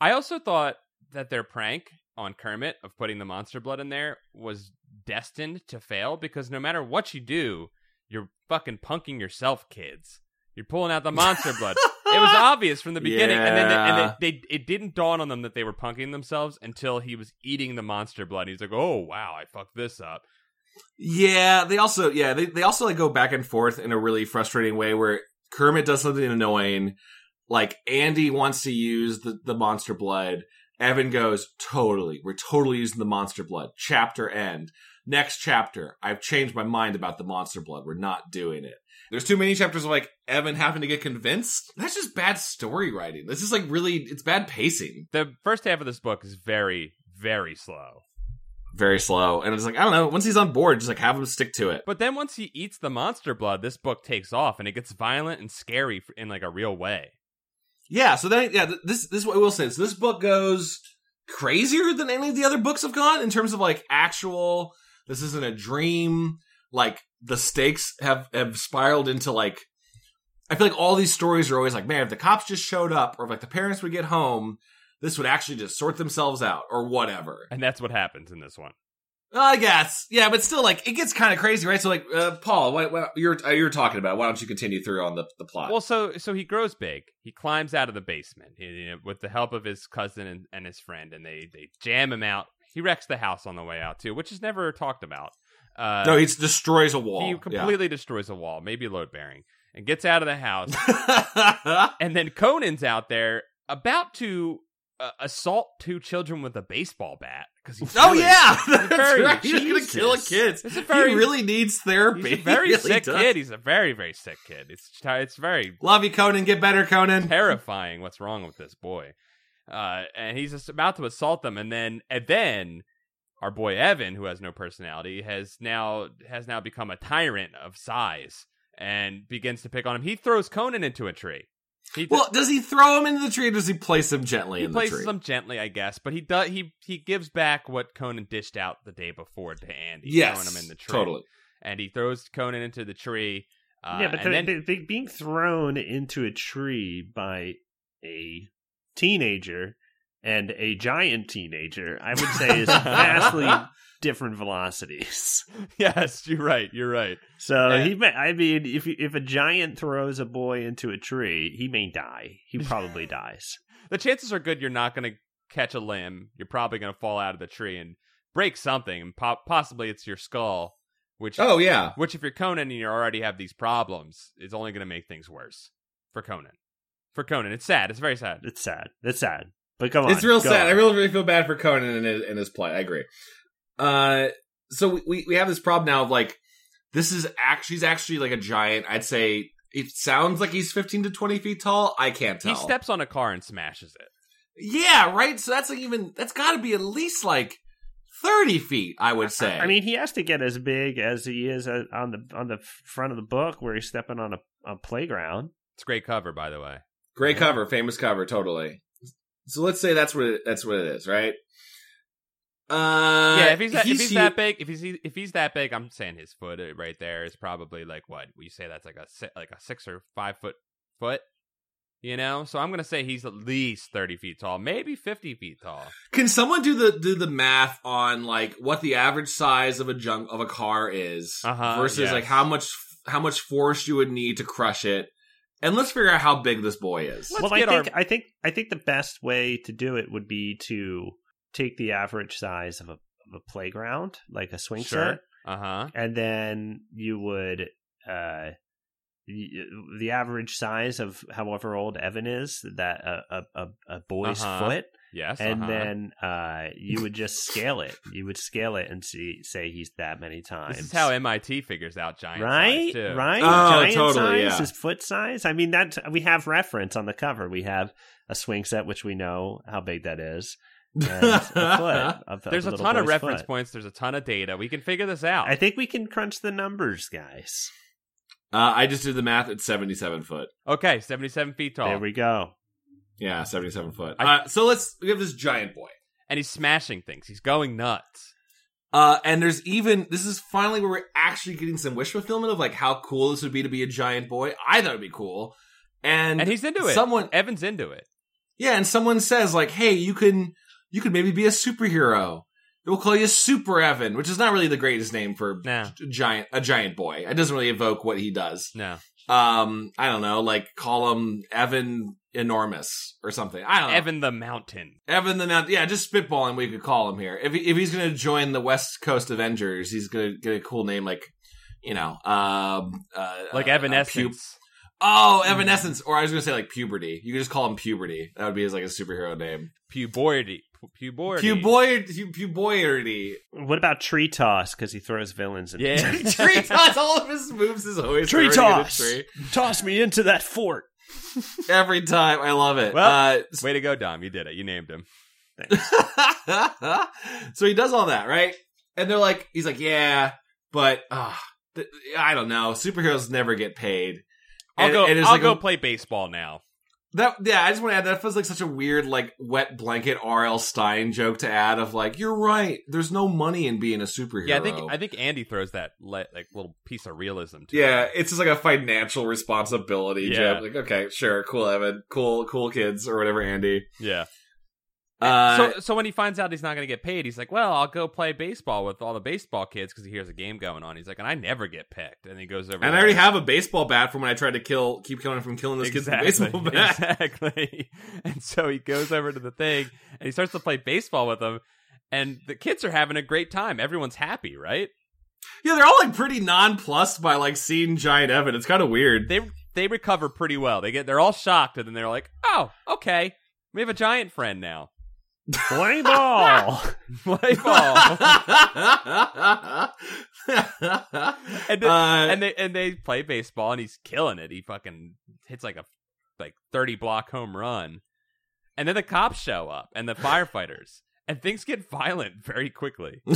B: I also thought that their prank on Kermit of putting the monster blood in there was destined to fail because no matter what you do, you're fucking punking yourself, kids. You're pulling out the monster blood. It was obvious from the beginning, and then they, and
A: Yeah.
B: they, they it didn't dawn on them that they were punking themselves until he was eating the monster blood. He's like, "Oh wow, I fucked this up."
A: Yeah, they also yeah they they also like go back and forth in a really frustrating way where Kermit does something annoying, like Andy wants to use the the monster blood. Evan goes totally. We're totally using the monster blood. Chapter end. Next chapter. I've changed my mind about the monster blood. We're not doing it. There's too many chapters of like Evan having to get convinced. That's just bad story writing. This is like really it's bad pacing.
B: The first half of this book is very very slow,
A: Very slow. And it's like I don't know. Once he's on board, just like have him stick to it.
B: but then once he eats the monster blood, this book takes off and it gets violent and scary f- in like a real way.
A: Yeah, so then yeah, th- this this is what I will say. So this book goes crazier than any of the other books have gone in terms of like actual. This isn't a dream. Like the stakes have have spiraled into like. I feel like all these stories are always like, man, if the cops just showed up, or if like the parents would get home, this would actually just sort themselves out, or whatever.
B: And that's what happens in this one.
A: I guess, yeah, but still, like it gets kind of crazy, right? So, like, uh, Paul, what, what you're uh, you're talking about? Why don't you continue through on the the plot?
B: Well, so so he grows big. He climbs out of the basement you know, with the help of his cousin and, and his friend, and they they jam him out. He wrecks the house on the way out too, which is never talked about. Uh,
A: no, he destroys a wall.
B: he completely destroys a wall, maybe load bearing, and gets out of the house.
A: Yeah.
B: and then Conan's out there about to uh, assault two children with a baseball bat because he's
A: Oh
B: really-
A: yeah,
B: He's
A: that's
B: very-
A: right. He's gonna
B: Jesus.
A: kill a kid.
B: It's a very
A: he really needs therapy.
B: he's a very
A: He really
B: sick
A: does.
B: kid. He's a very very sick kid. It's it's very
A: Love you, Conan. Get better, Conan.
B: terrifying what's wrong with this boy. Uh, and he's just about to assault them, and then and then our boy Evan, who has no personality, has now has now become a tyrant of size and begins to pick on him. He throws Conan into a tree. He
A: Well, does he throw him into the tree? or Does he place him gently
B: he
A: in
B: places
A: the tree?
B: him gently, I guess, but he does he he gives back what Conan dished out the day before to Andy,
A: yes,
B: throwing him in the tree.
A: totally.
B: And he throws Conan into the tree. Uh,
C: yeah, but
B: and then,
C: the, the- the- being thrown into a tree by a teenager and a giant teenager, I would say, is vastly different velocities.
B: yes, you're right. You're right.
C: So
B: Yeah.
C: he, may, I mean, if you- if a giant throws a boy into a tree, he may die. He probably dies.
B: the chances are good you're not going to catch a limb. You're probably going to fall out of the tree and break something, and po- possibly it's your skull, which
A: Oh yeah,
B: which if you're Conan and you already have these problems, is only going to make things worse for Conan. For Conan, it's sad. It's very sad.
C: It's sad. It's sad. But come on,
A: it's real
C: go
A: sad.
C: on.
A: I really, really feel bad for Conan and his, and his plight. I agree. Uh, so we- we we have this problem now of like this is actually he's actually like a giant. I'd say it sounds like he's fifteen to twenty feet tall. I can't tell.
B: He steps on a car and smashes it.
A: Yeah, right. So that's like even that's got to be at least like thirty feet, I would say.
C: I mean, he has to get as big as he is uh, on the on the front of the book where he's stepping on a, a playground.
B: It's great cover, by the way.
A: great cover, famous cover, totally. So let's say that's what it, that's what it is, right? Uh,
B: yeah, if he's that, if he's
A: hu-
B: that big, if he's if he's that big, I'm saying his foot uh, right there is probably like what we say that's like a si- like a six or five foot foot, you know. So I'm gonna say he's at least thirty feet tall, maybe fifty feet tall.
A: Can someone do the do the math on like what the average size of a junk of a car is
B: Uh-huh,
A: versus
B: yes.
A: like how much how much force you would need to crush it, and let's figure out how big this boy is.
B: Let's
C: well, I
B: get our-
C: think I think I think the best way to do it would be to take the average size of a of a playground, like a swing
B: Sure.
C: set,
B: Uh huh.
C: and then you would uh y- y- the average size of however old Evan is, that a a, a, a boy's
B: Uh-huh.
C: foot,
B: Yes.
C: and
B: uh-huh.
C: then uh, you would just scale it. You would scale it and see say he's that many times.
B: this is how MIT figures out giant size
C: right,
B: too.
C: right.
A: Oh,
C: Giant
A: totally,
C: size
A: yeah.
C: is foot size. I mean that we have reference on the cover. We have a swing set, which we know how big that is. And a foot, of- of
B: There's a
C: little
B: ton of
C: boy's
B: reference
C: foot.
B: points. There's a ton of data. We can figure this out.
C: I think we can crunch the numbers, guys.
A: Uh, I just did the math. It's 77 foot.
B: okay, 77 feet tall,
C: There we go.
A: Yeah, 77 foot.
B: I-
A: uh,
D: So let's we have this giant boy.
B: and he's smashing things. He's going nuts.
A: uh, and there's even, this is finally where we're actually getting some wish fulfillment of like how cool this would be to be a giant boy. I thought it'd be cool. And,
B: And he's into it.
A: Someone,
B: Evan's into it.
A: yeah, and someone says like, hey, you can, you could maybe be a superhero. We'll call you Super Evan, which is not really the greatest name for
B: Nah.
A: a giant, a giant boy. It doesn't really evoke what he does.
B: No,
A: um i don't know like call him evan enormous or something i don't know
B: Evan the Mountain.
A: evan the Mount- yeah just spitballing we could call him here if, he, if he's gonna join the west coast avengers he's gonna get a cool name like you know um uh,
B: Like
A: uh, uh, pu-
B: Evanescence.
A: oh evanescence or i was gonna say like puberty you could just call him puberty that would be his like a superhero name
B: Puberty. Puberty.
A: puberty puberty
C: What about tree toss? Because he throws villains. In
B: Yeah.
A: tree toss all of his moves is always
C: Tree
A: throwing at a
C: toss!
A: tree.
C: toss me into that fort.
A: every time i love it
B: Well,
A: uh,
B: Way to go, Dom. You did it. You named him.
A: so he does all that, right? And they're like, he's like, yeah, but uh, th- I don't know. Superheroes never get paid.
B: I'll
A: And-
B: go.
A: and it's
B: I'll
A: like
B: go
A: a-
B: play baseball now.
A: That yeah, I just want to add that feels like such a weird like wet blanket R.L. Stein joke to add of like, you're right. There's no money in being a superhero.
B: Yeah, I think I think Andy throws that le- like little piece of realism. To
D: Yeah,
B: it.
D: it's just like a financial responsibility
B: Yeah.
D: joke.
A: like okay, sure, cool, Evan, cool, cool kids or whatever, Andy.
B: yeah.
A: Uh,
B: so so when he finds out he's not going to get paid, he's like, "Well, I'll go play baseball with all the baseball kids because he hears a game going on." He's like, "And I never get picked." And he goes over.
A: and I
B: there.
A: already have a baseball bat from when I tried to kill, keep killing from killing this
B: exactly,
A: kid with a baseball bat.
B: exactly. And so he goes over to the thing and he starts to play baseball with them. And the kids are having a great time. Everyone's happy, right?
A: Yeah, they're all like pretty nonplussed by like seeing giant Evan. It's kind of weird.
B: They they recover pretty well. They get they're all shocked, and then they're like, "Oh, okay, we have a giant friend now."
C: Play ball.
B: Play ball. And the-
A: Uh,
B: and they and they play baseball and he's killing it. He fucking hits like a like thirty block home run, and then the cops show up and the firefighters, and things get violent very quickly.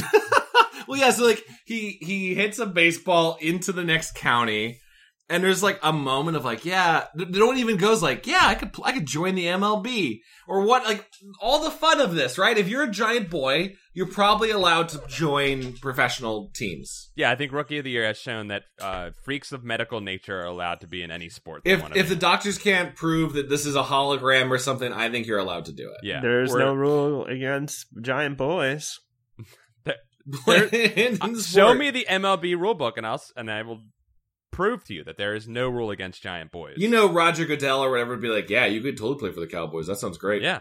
A: well, yeah. So like he he hits a baseball into the next county, and there's like a moment of like, yeah, th- no one even goes like, yeah, I could pl- I could join the MLB or what? Like all the fun of this, right? If you're a giant boy, you're probably allowed to join professional teams.
B: Yeah, I think rookie of the year has shown that uh, freaks of medical nature are allowed to be in any sport. they
A: If
B: wanna
A: if
B: be
A: the doctors can't prove that this is a hologram or something, I think you're allowed to do
B: in. yeah,
C: There's
B: Or-
C: no rule against giant boys.
B: There- uh,
A: it. In the
B: show
A: sport.
B: me the MLB rulebook and I'll s- and I will prove to you that there is no rule against giant boys.
A: You know, Roger Goodell or whatever would be like, yeah, you could totally play for the Cowboys. That sounds great.
B: yeah,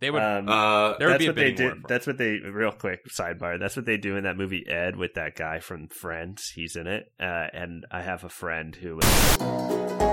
B: they would.
C: Um,
A: Uh,
B: there would
C: that's
B: be a
C: what they
B: bidding war
C: did.
B: for it.
C: That's what they. Real quick sidebar. That's what they do in that movie Ed with that guy from Friends. He's in it, uh, and I have a friend who.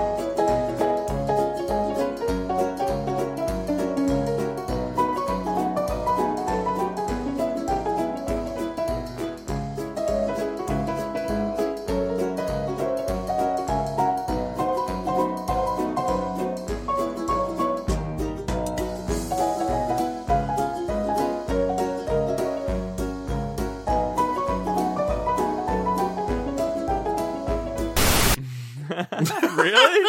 B: really?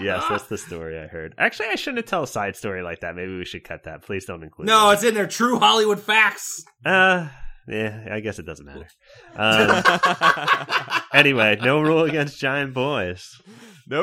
C: yes, that's the story I heard. Actually, I shouldn't tell a side story like that. Maybe we should cut that. Please don't include.
A: no, it's in there. True Hollywood facts.
C: That. Uh, yeah, I guess it doesn't matter. Um, anyway, no rule against giant boys.
B: no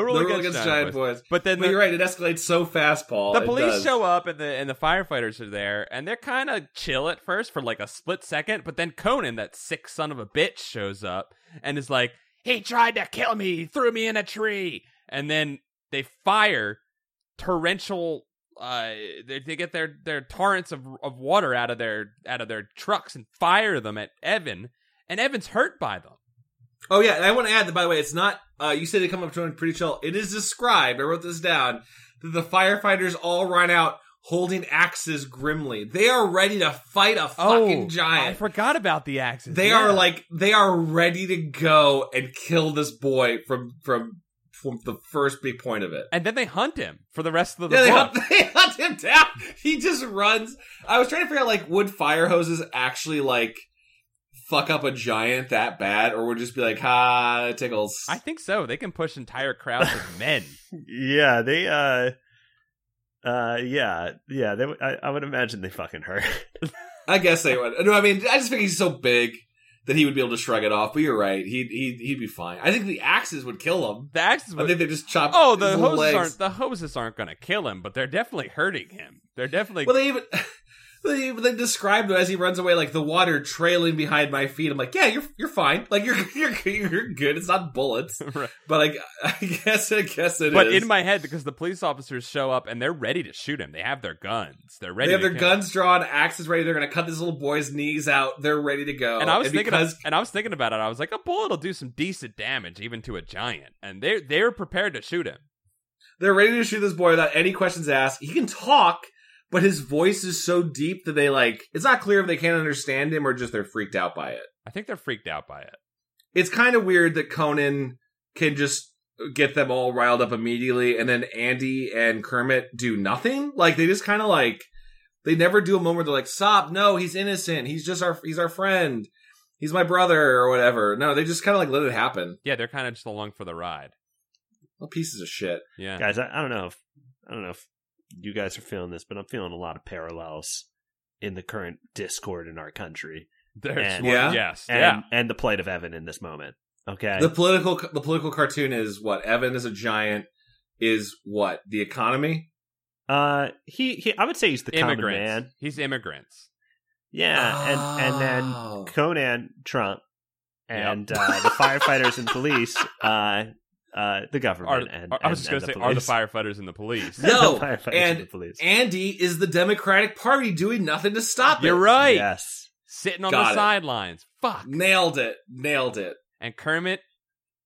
B: rule
A: The
B: against,
A: rule against
B: giant
A: giant
B: boys.
A: boys.
B: But then
A: But
B: the,
A: you're right. It escalates so fast, Paul.
B: the
A: It
B: police
A: does.
B: show up and the and the firefighters are there and they're kind of chill at first for like a split second, but then Conan, that sick son of a bitch, shows up and is like, "He tried to kill me. He threw me in a tree." And then they fire torrential. Uh, they, they get their their torrents of of water out of their out of their trucks and fire them at Evan, and Evan's hurt by them.
A: Oh yeah, and I want to add that. By the way, it's not Uh, you say they come up to him pretty chill. It is described, I wrote this down, that the firefighters all run out holding axes grimly. They are ready to fight a fucking
B: Oh, I
A: giant.
B: forgot about the axes.
A: They
B: Yeah.
A: are like they are ready to go and kill this boy from from from the first big point of it.
B: and then they hunt him for the rest of the
A: Yeah, they
B: book.
A: hunt, they hunt him down. He just runs. I was trying to figure out like would fire hoses actually like fuck up a giant that bad, or would it just be like ha it tickles.
B: I think so. They can push entire crowds of men.
C: Yeah, they uh uh yeah, yeah, they would- I, I would imagine they fucking hurt.
A: I guess they would. No, I mean I just think he's so big that he would be able to shrug it off. But you're right. He'd he'd, he'd be fine. I think the axes would kill him.
B: The axes.
A: I
B: Would,
A: think they just chop.
B: oh,
A: his
B: the
A: little
B: hoses
A: legs.
B: aren't. The hoses aren't going to kill him, but they're definitely hurting him. They're definitely.
A: Well, they even they even they described him as he runs away, like the water trailing behind my feet. I'm like, yeah, you're you're fine. Like you're you're you're good. It's not bullets,
B: Right.
A: but like I guess I guess it is.
B: but in my head, because the police officers show up and they're ready to shoot him. They have their guns. They're ready.
A: they have
B: to
A: their
B: kill him.
A: guns drawn, axes ready. They're gonna cut this little boy's knees out. They're ready to go.
B: And I was thinking,
A: because
B: and I was thinking about it. I was like, a bullet will do some decent damage, even to a giant. And they're they're prepared to shoot him.
A: they're ready to shoot this boy without any questions asked. He can talk. But his voice is so deep that they like, it's not clear if they can't understand him or just they're freaked out by it.
B: I think they're freaked out by it.
A: it's kind of weird that Conan can just get them all riled up immediately and then Andy and Kermit do nothing. Like they just kind of like they never do a moment where they're like, "Stop, no, he's innocent. He's just our he's our friend. He's my brother or whatever." No, they just kind of like let it happen.
B: Yeah, they're kind of just along for the ride.
A: Well, pieces of shit.
B: Yeah.
C: guys, I, I don't know if I don't know if you guys are feeling this, but I'm feeling a lot of parallels in the current discord in our country.
B: There's
C: And-
B: one-
A: Yeah.
B: Yes.
C: And
B: yeah.
C: and the plight of Evan in this moment. Okay.
A: The political the political cartoon is what Evan is a giant is what the economy.
C: uh he, he I would say he's the common
B: immigrants.
C: man.
B: He's immigrants.
C: Yeah. And and then
A: Oh.
C: Conan Trump and
B: Yep.
C: uh, the firefighters and police, uh, uh, the
B: Are,
C: government. and,
B: are- I was
C: and-
B: just going to
C: and
B: say,
C: the
B: are the
C: police.
B: firefighters and the police?
C: The
A: No,
C: firefighters
A: and-
C: the police.
A: Andy is the Democratic Party doing nothing to stop it.
B: You're right.
C: Yes.
B: Sitting on
A: Got
B: the
A: it.
B: sidelines. Fuck.
A: Nailed it. Nailed it.
B: And Kermit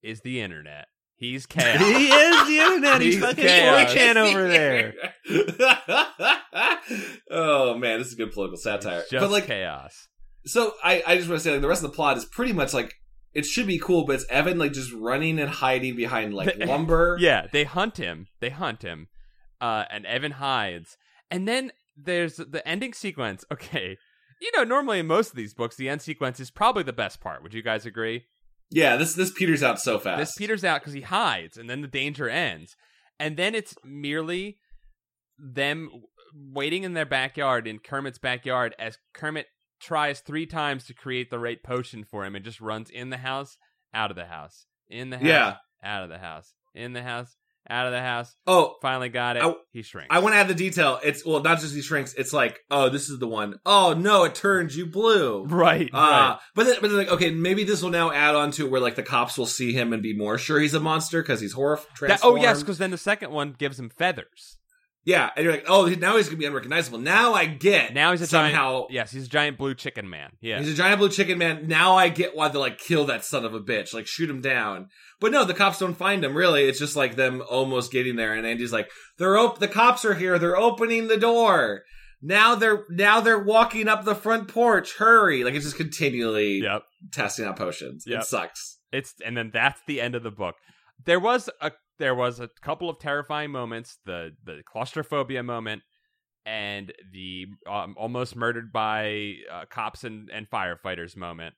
B: is the internet. He's
C: he
B: chaos.
C: is the internet. He's
B: He's
C: fucking
B: chaos.
C: 4chan over there.
A: oh man, this is good political satire.
B: It's just
A: But like,
B: chaos.
A: so I, I just want to say, like, the rest of the plot is pretty much like it should be cool, but it's Evan like just running and hiding behind like lumber.
B: Yeah, they hunt him. They hunt him. Uh, and Evan hides. And then there's the ending sequence. Okay. You know, normally in most of these books, the end sequence is probably the best part. Would you guys agree?
A: yeah. This this peters out so fast.
B: This peters out because he hides, and then the danger ends, and then it's merely them w- waiting in their backyard, in Kermit's backyard, as Kermit tries three times to create the right potion for him, and just runs in the house, out of the house, in the house,
A: Yeah.
B: out of the house, in the house, out of the house.
A: Oh,
B: Finally got it.
A: I-
B: he shrinks.
A: I want to add the detail. It's well, not just he shrinks. It's like, oh, this is the one. Oh no, it turns you blue.
B: right,
A: Uh, but then, but then, like, okay, maybe this will now add on to where like the cops will see him and be more sure he's a monster because he's horror.
B: right. That- oh yes,
A: transformed.
B: because then the second one gives him feathers.
A: Yeah, and you're like, oh, now he's gonna be unrecognizable. Now I get.
B: Now he's a
A: somehow.
B: giant. Yes, he's a giant blue chicken man. Yeah,
A: He's a giant blue chicken man. Now I get why they're like, kill that son of a bitch, like shoot him down. But no, the cops don't find him. Really, it's just like them almost getting there. And Andy's like, they're op- the cops are here. They're opening the door. Now they're now they're walking up the front porch. Hurry! Like it's just continually
B: yep.
A: testing out potions.
B: Yep.
A: It sucks.
B: It's and then that's the end of the book. There was a there was a couple of terrifying moments, the the claustrophobia moment and the um, almost murdered by uh, cops and, and firefighters moment.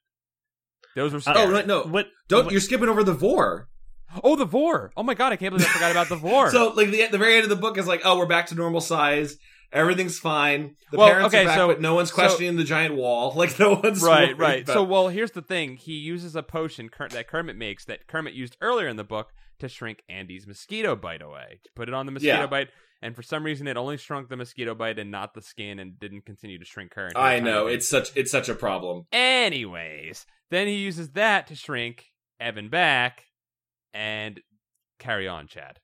B: Those were scary.
A: Oh right, no,
C: What?
A: don't
C: what-
A: you're skipping over the vor.
B: oh, the vor. Oh my god, I can't believe I forgot about the vor.
A: So like the the very end of the book is like, oh, we're back to normal size. Everything's fine. The
B: Well,
A: parents
B: okay,
A: are back,
B: so-
A: but no one's
B: so-
A: questioning the giant wall. Like no one's
B: right,
A: worried
B: right.
A: about-
B: So well, here's the thing. He uses a potion Ker- that Kermit makes that Kermit used earlier in the book to shrink Andy's mosquito bite away. Put it on the mosquito
A: Yeah.
B: bite. And for some reason, it only shrunk the mosquito bite and not the skin, and didn't continue to shrink her. into a
A: I
B: tiny
A: know
B: bit.
A: it's such it's such a problem.
B: Anyways, then he uses that to shrink Evan back and carry on, Chad.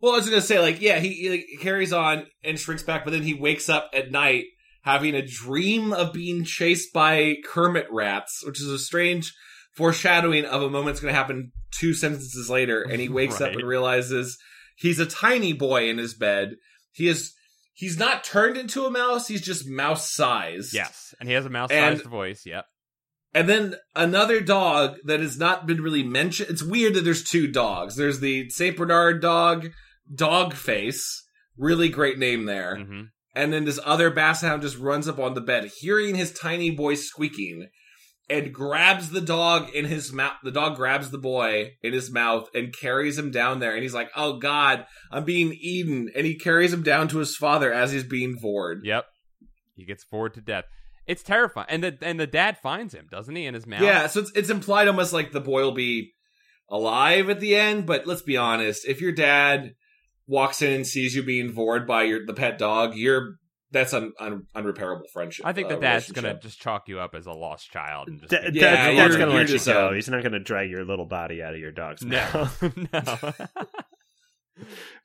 A: Well, I was gonna say like yeah, he, he like, carries on and shrinks back, but then he wakes up at night having a dream of being chased by Kermit rats, which is a strange foreshadowing of a moment that's going to happen two sentences later. And he wakes up
B: Right.
A: and realizes he's a tiny boy in his bed. He is he's not turned into a mouse. He's just mouse sized.
B: Yes, and he has a mouse-sized
A: And-
B: voice. Yep.
A: And then another dog that has not been really mentioned. It's weird that there's two dogs. There's the Saint Bernard dog, Dog Face, really great name there.
B: hmm
A: And then this other basset hound just runs up on the bed, hearing his tiny boy squeaking, and grabs the dog in his mouth. The dog grabs the boy in his mouth and carries him down there. And he's like, "Oh God, I'm being eaten!" And he carries him down to his father as he's being vored.
B: Yep. He gets bored to death. It's terrifying. And the and the dad finds him, doesn't he, in his mouth?
A: Yeah, so it's, it's implied almost like the boy will be alive at the end, but let's be honest. If your dad walks in and sees you being vored by your the pet dog, you're that's an un, unrepairable friendship.
B: I think
A: uh,
B: the dad's
A: relationship.
B: gonna just chalk you up as a lost child and just
C: That-
A: Yeah,
C: that-
A: you're-
C: that's gonna
A: you're
C: let you
A: just,
C: go.
A: um,
C: He's not gonna drag your little body out of your dog's
B: uh, no,
C: mouth.
B: no.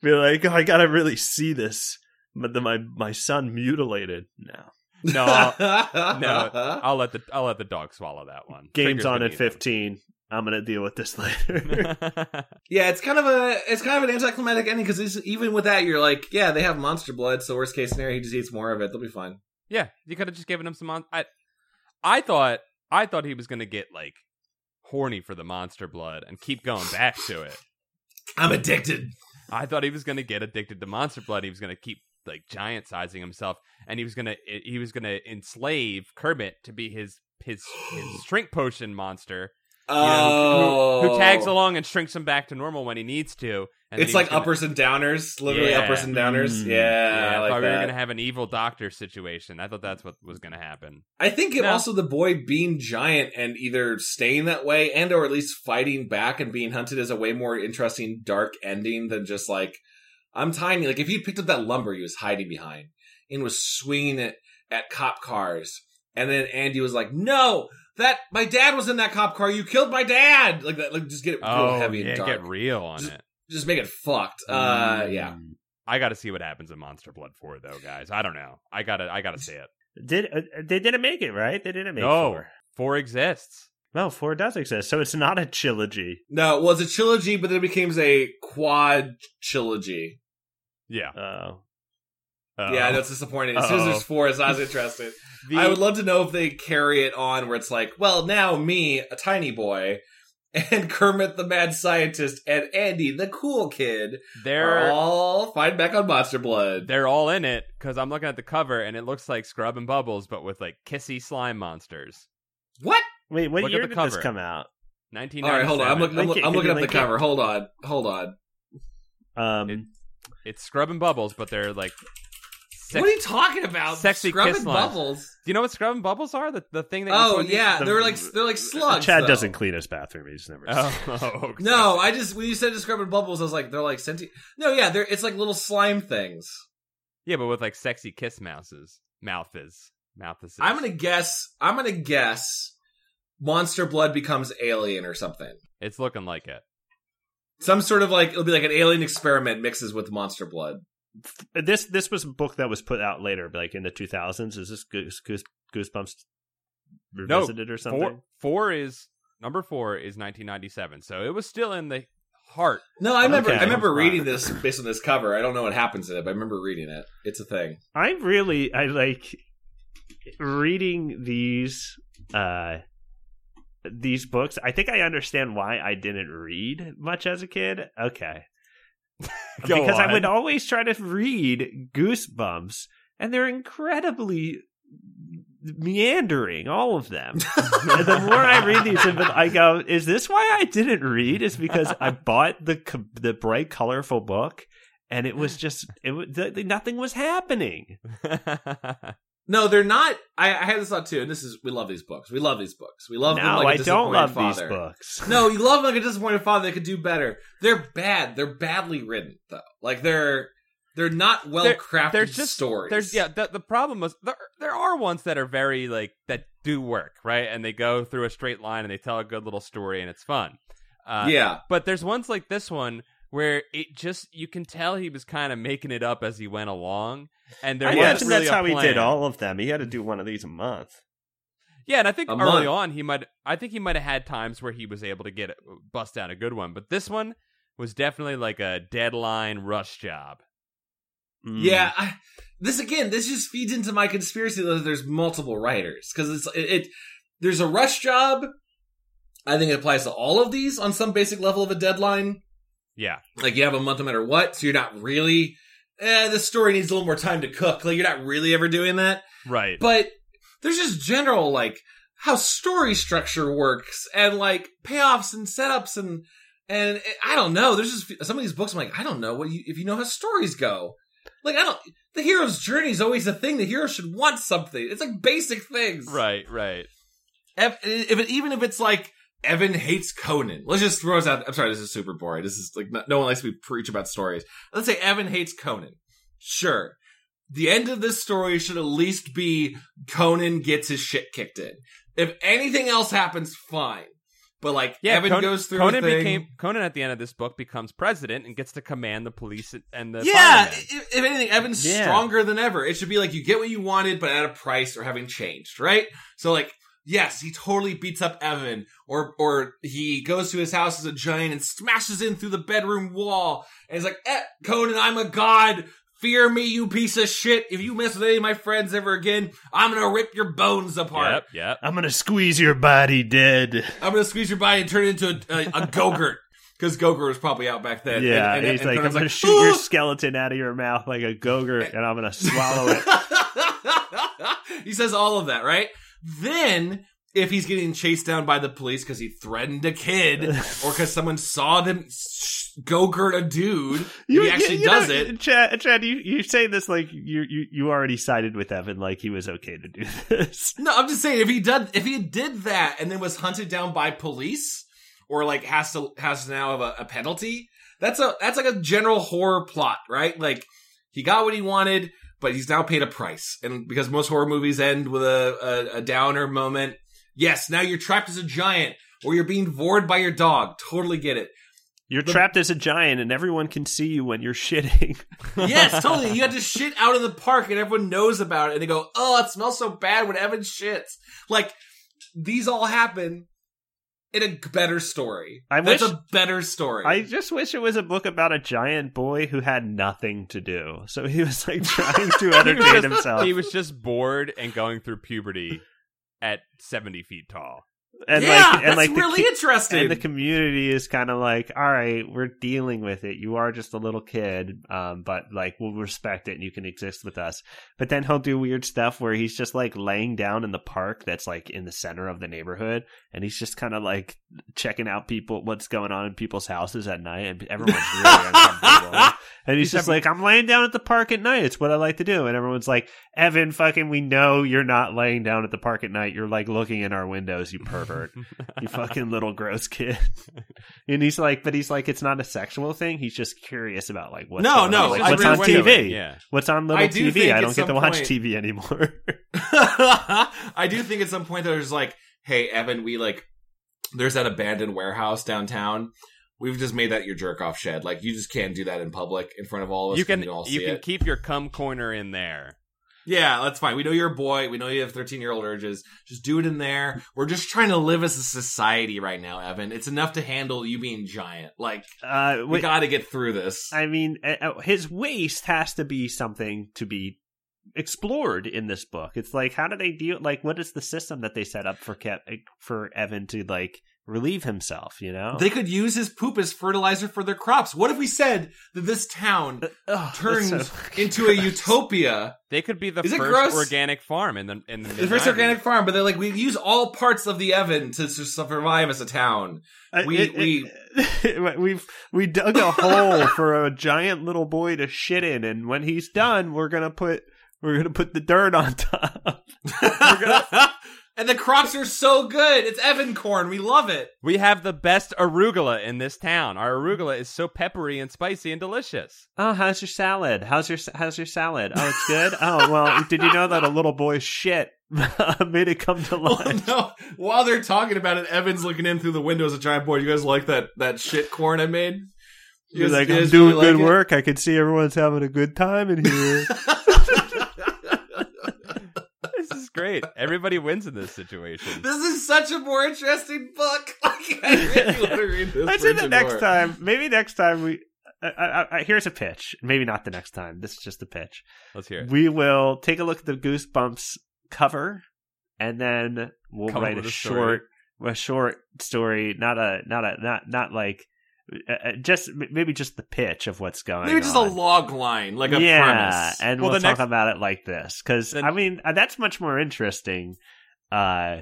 C: Be like, oh, I gotta really see this. My the- my, my son mutilated. No,
B: No, I'll, no. I'll let the I'll let the dog swallow that one.
C: game's
B: Trigger's
C: on
B: gonna
C: at
B: eat him.
C: fifteen. I'm gonna deal with this later.
A: Yeah, it's kind of a it's kind of an anticlimactic ending because even with that, you're like, yeah, they have monster blood. So worst case scenario, he just eats more of it. They'll be fine.
B: yeah, you could have just given him some. Mon- I I thought I thought he was gonna get like horny for the monster blood and keep going back to it.
A: I'm addicted.
B: I thought he was going to get addicted to monster blood. He was going to keep like giant sizing himself, and he was going to he was going to enslave Kermit to be his his, his shrink potion monster you know,
A: Oh,
B: who, who tags along and shrinks him back to normal when he needs to.
A: It's
B: And then he was
A: like
B: gonna-
A: uppers and downers, literally
B: Yeah.
A: uppers and downers.
C: Mm.
A: Yeah,
B: Yeah, I,
A: I like
B: thought we
A: that.
B: were going to have an evil doctor situation. I thought that's what was going to happen.
A: I think it
B: No.
A: also the boy being giant and either staying that way and or at least fighting back and being hunted is a way more interesting dark ending than just like I'm tiny. Like if you picked up that lumber he was hiding behind and was swinging it at cop cars, and then Andy was like, "No, that my dad was in that cop car. You killed my dad." Like that. Like just get it real
B: Oh,
A: heavy
B: yeah,
A: and dark.
B: get Mm. real on
A: Just-
B: it.
A: just make it fucked. Uh, yeah.
C: Mm.
B: I got to see what happens in Monster Blood Four, though, guys. I don't know. I gotta, I gotta see it.
C: Did uh, they didn't make it right? They didn't make
B: No.
C: four.
B: Four exists.
C: No, four does exist, so it's not a trilogy.
A: No, it was a trilogy, but then it becomes a quad trilogy.
B: Yeah,
C: Oh,
A: Yeah,
B: Uh,
A: that's disappointing. As soon as
C: Uh-oh.
A: there's four, it's not as interested.
B: the-
A: I would love to know if they carry it on where it's like, well, now me, a tiny boy, and Kermit the mad scientist and Andy the cool kid
B: there
A: are all find back on Monster Blood.
B: they're all in it because I'm looking at the cover and it looks like Scrub and Bubbles, but with like kissy slime monsters.
A: What?
C: wait, what
B: Look at
C: year
B: the
C: did this
B: cover.
C: come out?
B: Nineteen.
A: All right, hold on. I'm, look, I'm, look-
C: Link it.
A: I'm
C: Can
A: looking
C: you
A: up the
C: link it?
A: cover. Hold on. Hold on.
C: Um,
B: It- It's Scrub and Bubbles, but they're like. Sex-
A: what are you talking about?
B: sexy
A: Scrub
B: kiss
A: and
B: lines.
A: bubbles.
B: Do you know what Scrub and Bubbles are? The the thing that. you
A: Oh
B: put in-
A: yeah,
C: the-
A: they're like they're like slugs.
C: Chad
A: though.
C: doesn't clean his bathroom. He's never.
B: Oh, okay.
A: No, I just when you said Scrub and bubbles, I was like they're like sentient. No, yeah, they're it's like little slime things.
B: Yeah, but with like sexy kiss mouses, mouthes, mouthes.
A: I'm gonna guess. I'm gonna guess. Monster blood becomes alien or something.
B: It's looking like it.
A: Some sort of like it'll be like an alien experiment mixes with monster blood.
C: This this was a book that was put out later, like in the 2000s. Is this Goose, Goose, Goosebumps revisited or something?
B: Four, four is number four is 1997, so it was still in the heart.
A: No, I remember.
C: Okay.
A: I remember reading this based on this cover. I don't know what happens in it, but I remember reading it. It's a thing.
C: I really I like reading these uh these books. I think I understand why I didn't read much as a kid. Okay.
B: Go
C: because I
B: on.
C: would always try to read Goosebumps and they're incredibly meandering all of them. And the more I read these and I go, is this why I didn't read? Is because I bought the co- the bright colorful book and it was just it was, th- nothing was happening.
A: No, they're not. I, I had this thought too, and this is we love these books. We love these books. We love them
C: no,
A: like
C: I
A: a disappointed
C: don't love
A: father.
C: these books.
A: No, you love them like a disappointed father that could do better. They're bad. They're badly written though. Like they're they're not well
B: There's
A: crafted
B: just-
A: stories.
B: There's yeah. The, the problem was there. There are ones that are very like that do work right, and they go through a straight line and they tell a good little story and it's fun. Uh,
A: yeah.
B: But there's ones like this one where it just you can tell he was kind of making it up as he went along, and there
C: I
B: was
C: imagine
B: really
C: that's
B: a
C: how he
B: plan.
C: did all of them. He had to do one of these a month.
B: Yeah, and I think
E: A
B: early
E: month.
B: on he might. I think he might have had times where he was able to get uh, bust out a good one, but this one was definitely like a deadline rush job.
C: Hmm. Mm.
A: Yeah, I, this again, this just feeds into my conspiracy that there's multiple writers because it's it, it. There's a rush job. I think it applies to all of these on some basic level of a deadline.
B: Yeah,
A: Like you have a month no matter what, so you're not really. Eh, this story needs a little more time to cook. Like you're not really ever doing that.
B: right.
A: But there's just general like how story structure works and like payoffs and setups and and it- I don't know. There's just some of these books. I'm like I don't know what you if you know how stories go. Like I don't. The hero's journey is always a thing. The hero should want something. It's like basic things.
B: right, right.
A: If, if it, even if it's like Evan hates Conan, let's just throw this out. I'm sorry, this is super boring. This is like no, no one likes me preach about stories. Let's say Evan hates Conan. Sure, the end of this story should at least be Conan gets his shit kicked in. If anything else happens, fine. But like
B: Yeah,
A: Evan
B: Conan,
A: goes through. a
B: Conan
A: thing-
B: became Conan at the end of this book becomes president and gets to command the police and the
A: Yeah,
B: firemen.
A: if, if anything, Evan's
C: Yeah.
A: stronger than ever. It should be like you get what you wanted, but at a price or having changed, right? So like, yes, he totally beats up Evan, or or he goes to his house as a giant and smashes in through the bedroom wall, and he's like, eh, "Conan, I'm a god. Fear me, you piece of shit. If you mess with any of my friends ever again, I'm gonna rip your bones apart.
B: Yep, yep.
C: I'm gonna squeeze your body dead.
A: I'm gonna squeeze your body and turn it into a, a, a gogurt." Because Gogurt was probably out back then.
C: yeah,
A: and, and,
C: he's
A: and
C: like, I'm
A: Conan's
C: gonna shoot your
A: "Ooh!"
C: skeleton out of your mouth like a gogurt, and I'm gonna swallow it.
A: he says all of that, right? Then, if he's getting chased down by the police because he threatened a kid or because someone saw them sh- go-gurt a dude, he actually
C: know,
A: does it.
C: Chad, Chad, you you say this like you you you already sided with Evan, like he was okay to do this.
A: No, I'm just saying if he did if he did that and then was hunted down by police or like has to has to now have a, a penalty, that's a that's like a general horror plot, right? Like he got what he wanted, but he's now paid a price. And because most horror movies end with a a, a downer moment, yes, now you're trapped as a giant or you're being vored by your dog. Totally get it.
C: You're
A: The-
C: trapped as a giant, and everyone can see you when you're shitting.
A: Yes, totally. You had to shit out in the park and everyone knows about it and they go, oh, it smells so bad when Evan shits. Like, these all happen in a better story.
C: I
A: That's
C: wish-
A: a better story.
C: I just wish it was a book about a giant boy who had nothing to do, so he was like trying to entertain himself.
B: He was just bored and going through puberty at seventy feet tall.
C: And
A: yeah,
C: like, and
A: that's
C: like the
A: really
C: ki-
A: interesting.
C: and the community is kind of like, all right, we're dealing with it. You are just a little kid, um, but like we'll respect it and you can exist with us. But then he'll do weird stuff where he's just like laying down in the park that's like in the center of the neighborhood, and he's just kind of like checking out people, what's going on in people's houses at night, and everyone's really uncomfortable. And he's,
B: He's
C: just
B: having-
C: like, I'm laying down at the park at night. It's what I like to do. And everyone's like, Evan, fucking, we know you're not laying down at the park at night. You're like looking in our windows, you pervert. you fucking little gross kid. and he's like, but he's like, it's not a sexual thing. He's just curious about like what's
A: No,
C: going
A: no,
C: on. Like,
A: it's
C: what's
A: really
C: on
A: what-
C: TV.
B: Yeah,
C: What's on
A: I
C: little
A: do
C: TV?
A: think
C: I
A: at
C: don't get
A: some
C: to watch
A: point-
C: TV anymore.
A: I do think at some point there's like, hey, Evan, we like, there's that abandoned warehouse downtown. We've just made that your jerk off shed. Like, you just can't do that in public in front of all of us.
B: you can
A: we all
B: you
A: see
B: can
A: it.
B: keep your cum corner in there.
A: Yeah, that's fine. We know you're a boy. We know you have 13 year old urges. Just do it in there. We're just trying to live as a society right now, Evan. It's enough to handle you being giant. Like,
C: uh,
A: we
C: wait,
A: got to get through this.
C: I mean, uh, uh, his waist has to be something to be explored in this book. It's like, how do they deal? Like, what is the system that they set up for Kev- for Evan to like relieve himself? You know,
A: They could use his poop as fertilizer for their crops. What if we said that this town
C: Ugh, Uh, oh, that's
A: turns
C: so-
A: into a utopia,
B: They could be the
A: Is it gross?
B: first organic farm in the in the,
A: the first organic farm, but they're like, we use all parts of the Evan to, to survive as a town?
C: Uh,
A: We-
C: we we've we dug a hole for a giant little boy to shit in, and when he's done, we're gonna put we're gonna put the dirt on top.
A: and the crops are so good. It's Evan corn. We love it.
B: We have the best arugula in this town. Our arugula is so peppery and spicy and delicious.
C: Oh, how's your salad? How's your how's your salad? Oh, it's good. Oh, well, did you know that a little boy's shit made it come to
A: Well,
C: life?
A: Oh, no. While they're talking about it, Evan's looking in through the window as a giant boy. You guys like that that shit corn I made? You
C: You're
A: guys-
C: like,
A: you
C: I'm
A: guys
C: doing
A: really
C: good
A: like it?"
C: work. I can see everyone's having a good time in here.
B: This is great. Everybody wins in this situation.
A: This is such a more interesting book. Like, I really want to read this.
C: Let's do the
A: version
C: next
A: more.
C: time. Maybe next time we. I, I, I, here's a pitch. Maybe not the next time. This is just a pitch.
B: Let's hear it.
C: We will take a look at the Goosebumps cover, and then we'll
B: Come up
C: write a
B: with a story.
C: short, a short story. Not a, not a, not not like, uh, uh, just m- maybe just the pitch of what's
B: Oh
C: going.
A: Maybe just a
C: on.
A: log line, like a
C: yeah,
A: premise.
C: and
B: Well,
C: we'll,
B: the
C: talk
B: next-
C: about it like this because
B: The-
C: I mean uh, that's much more interesting. Uh,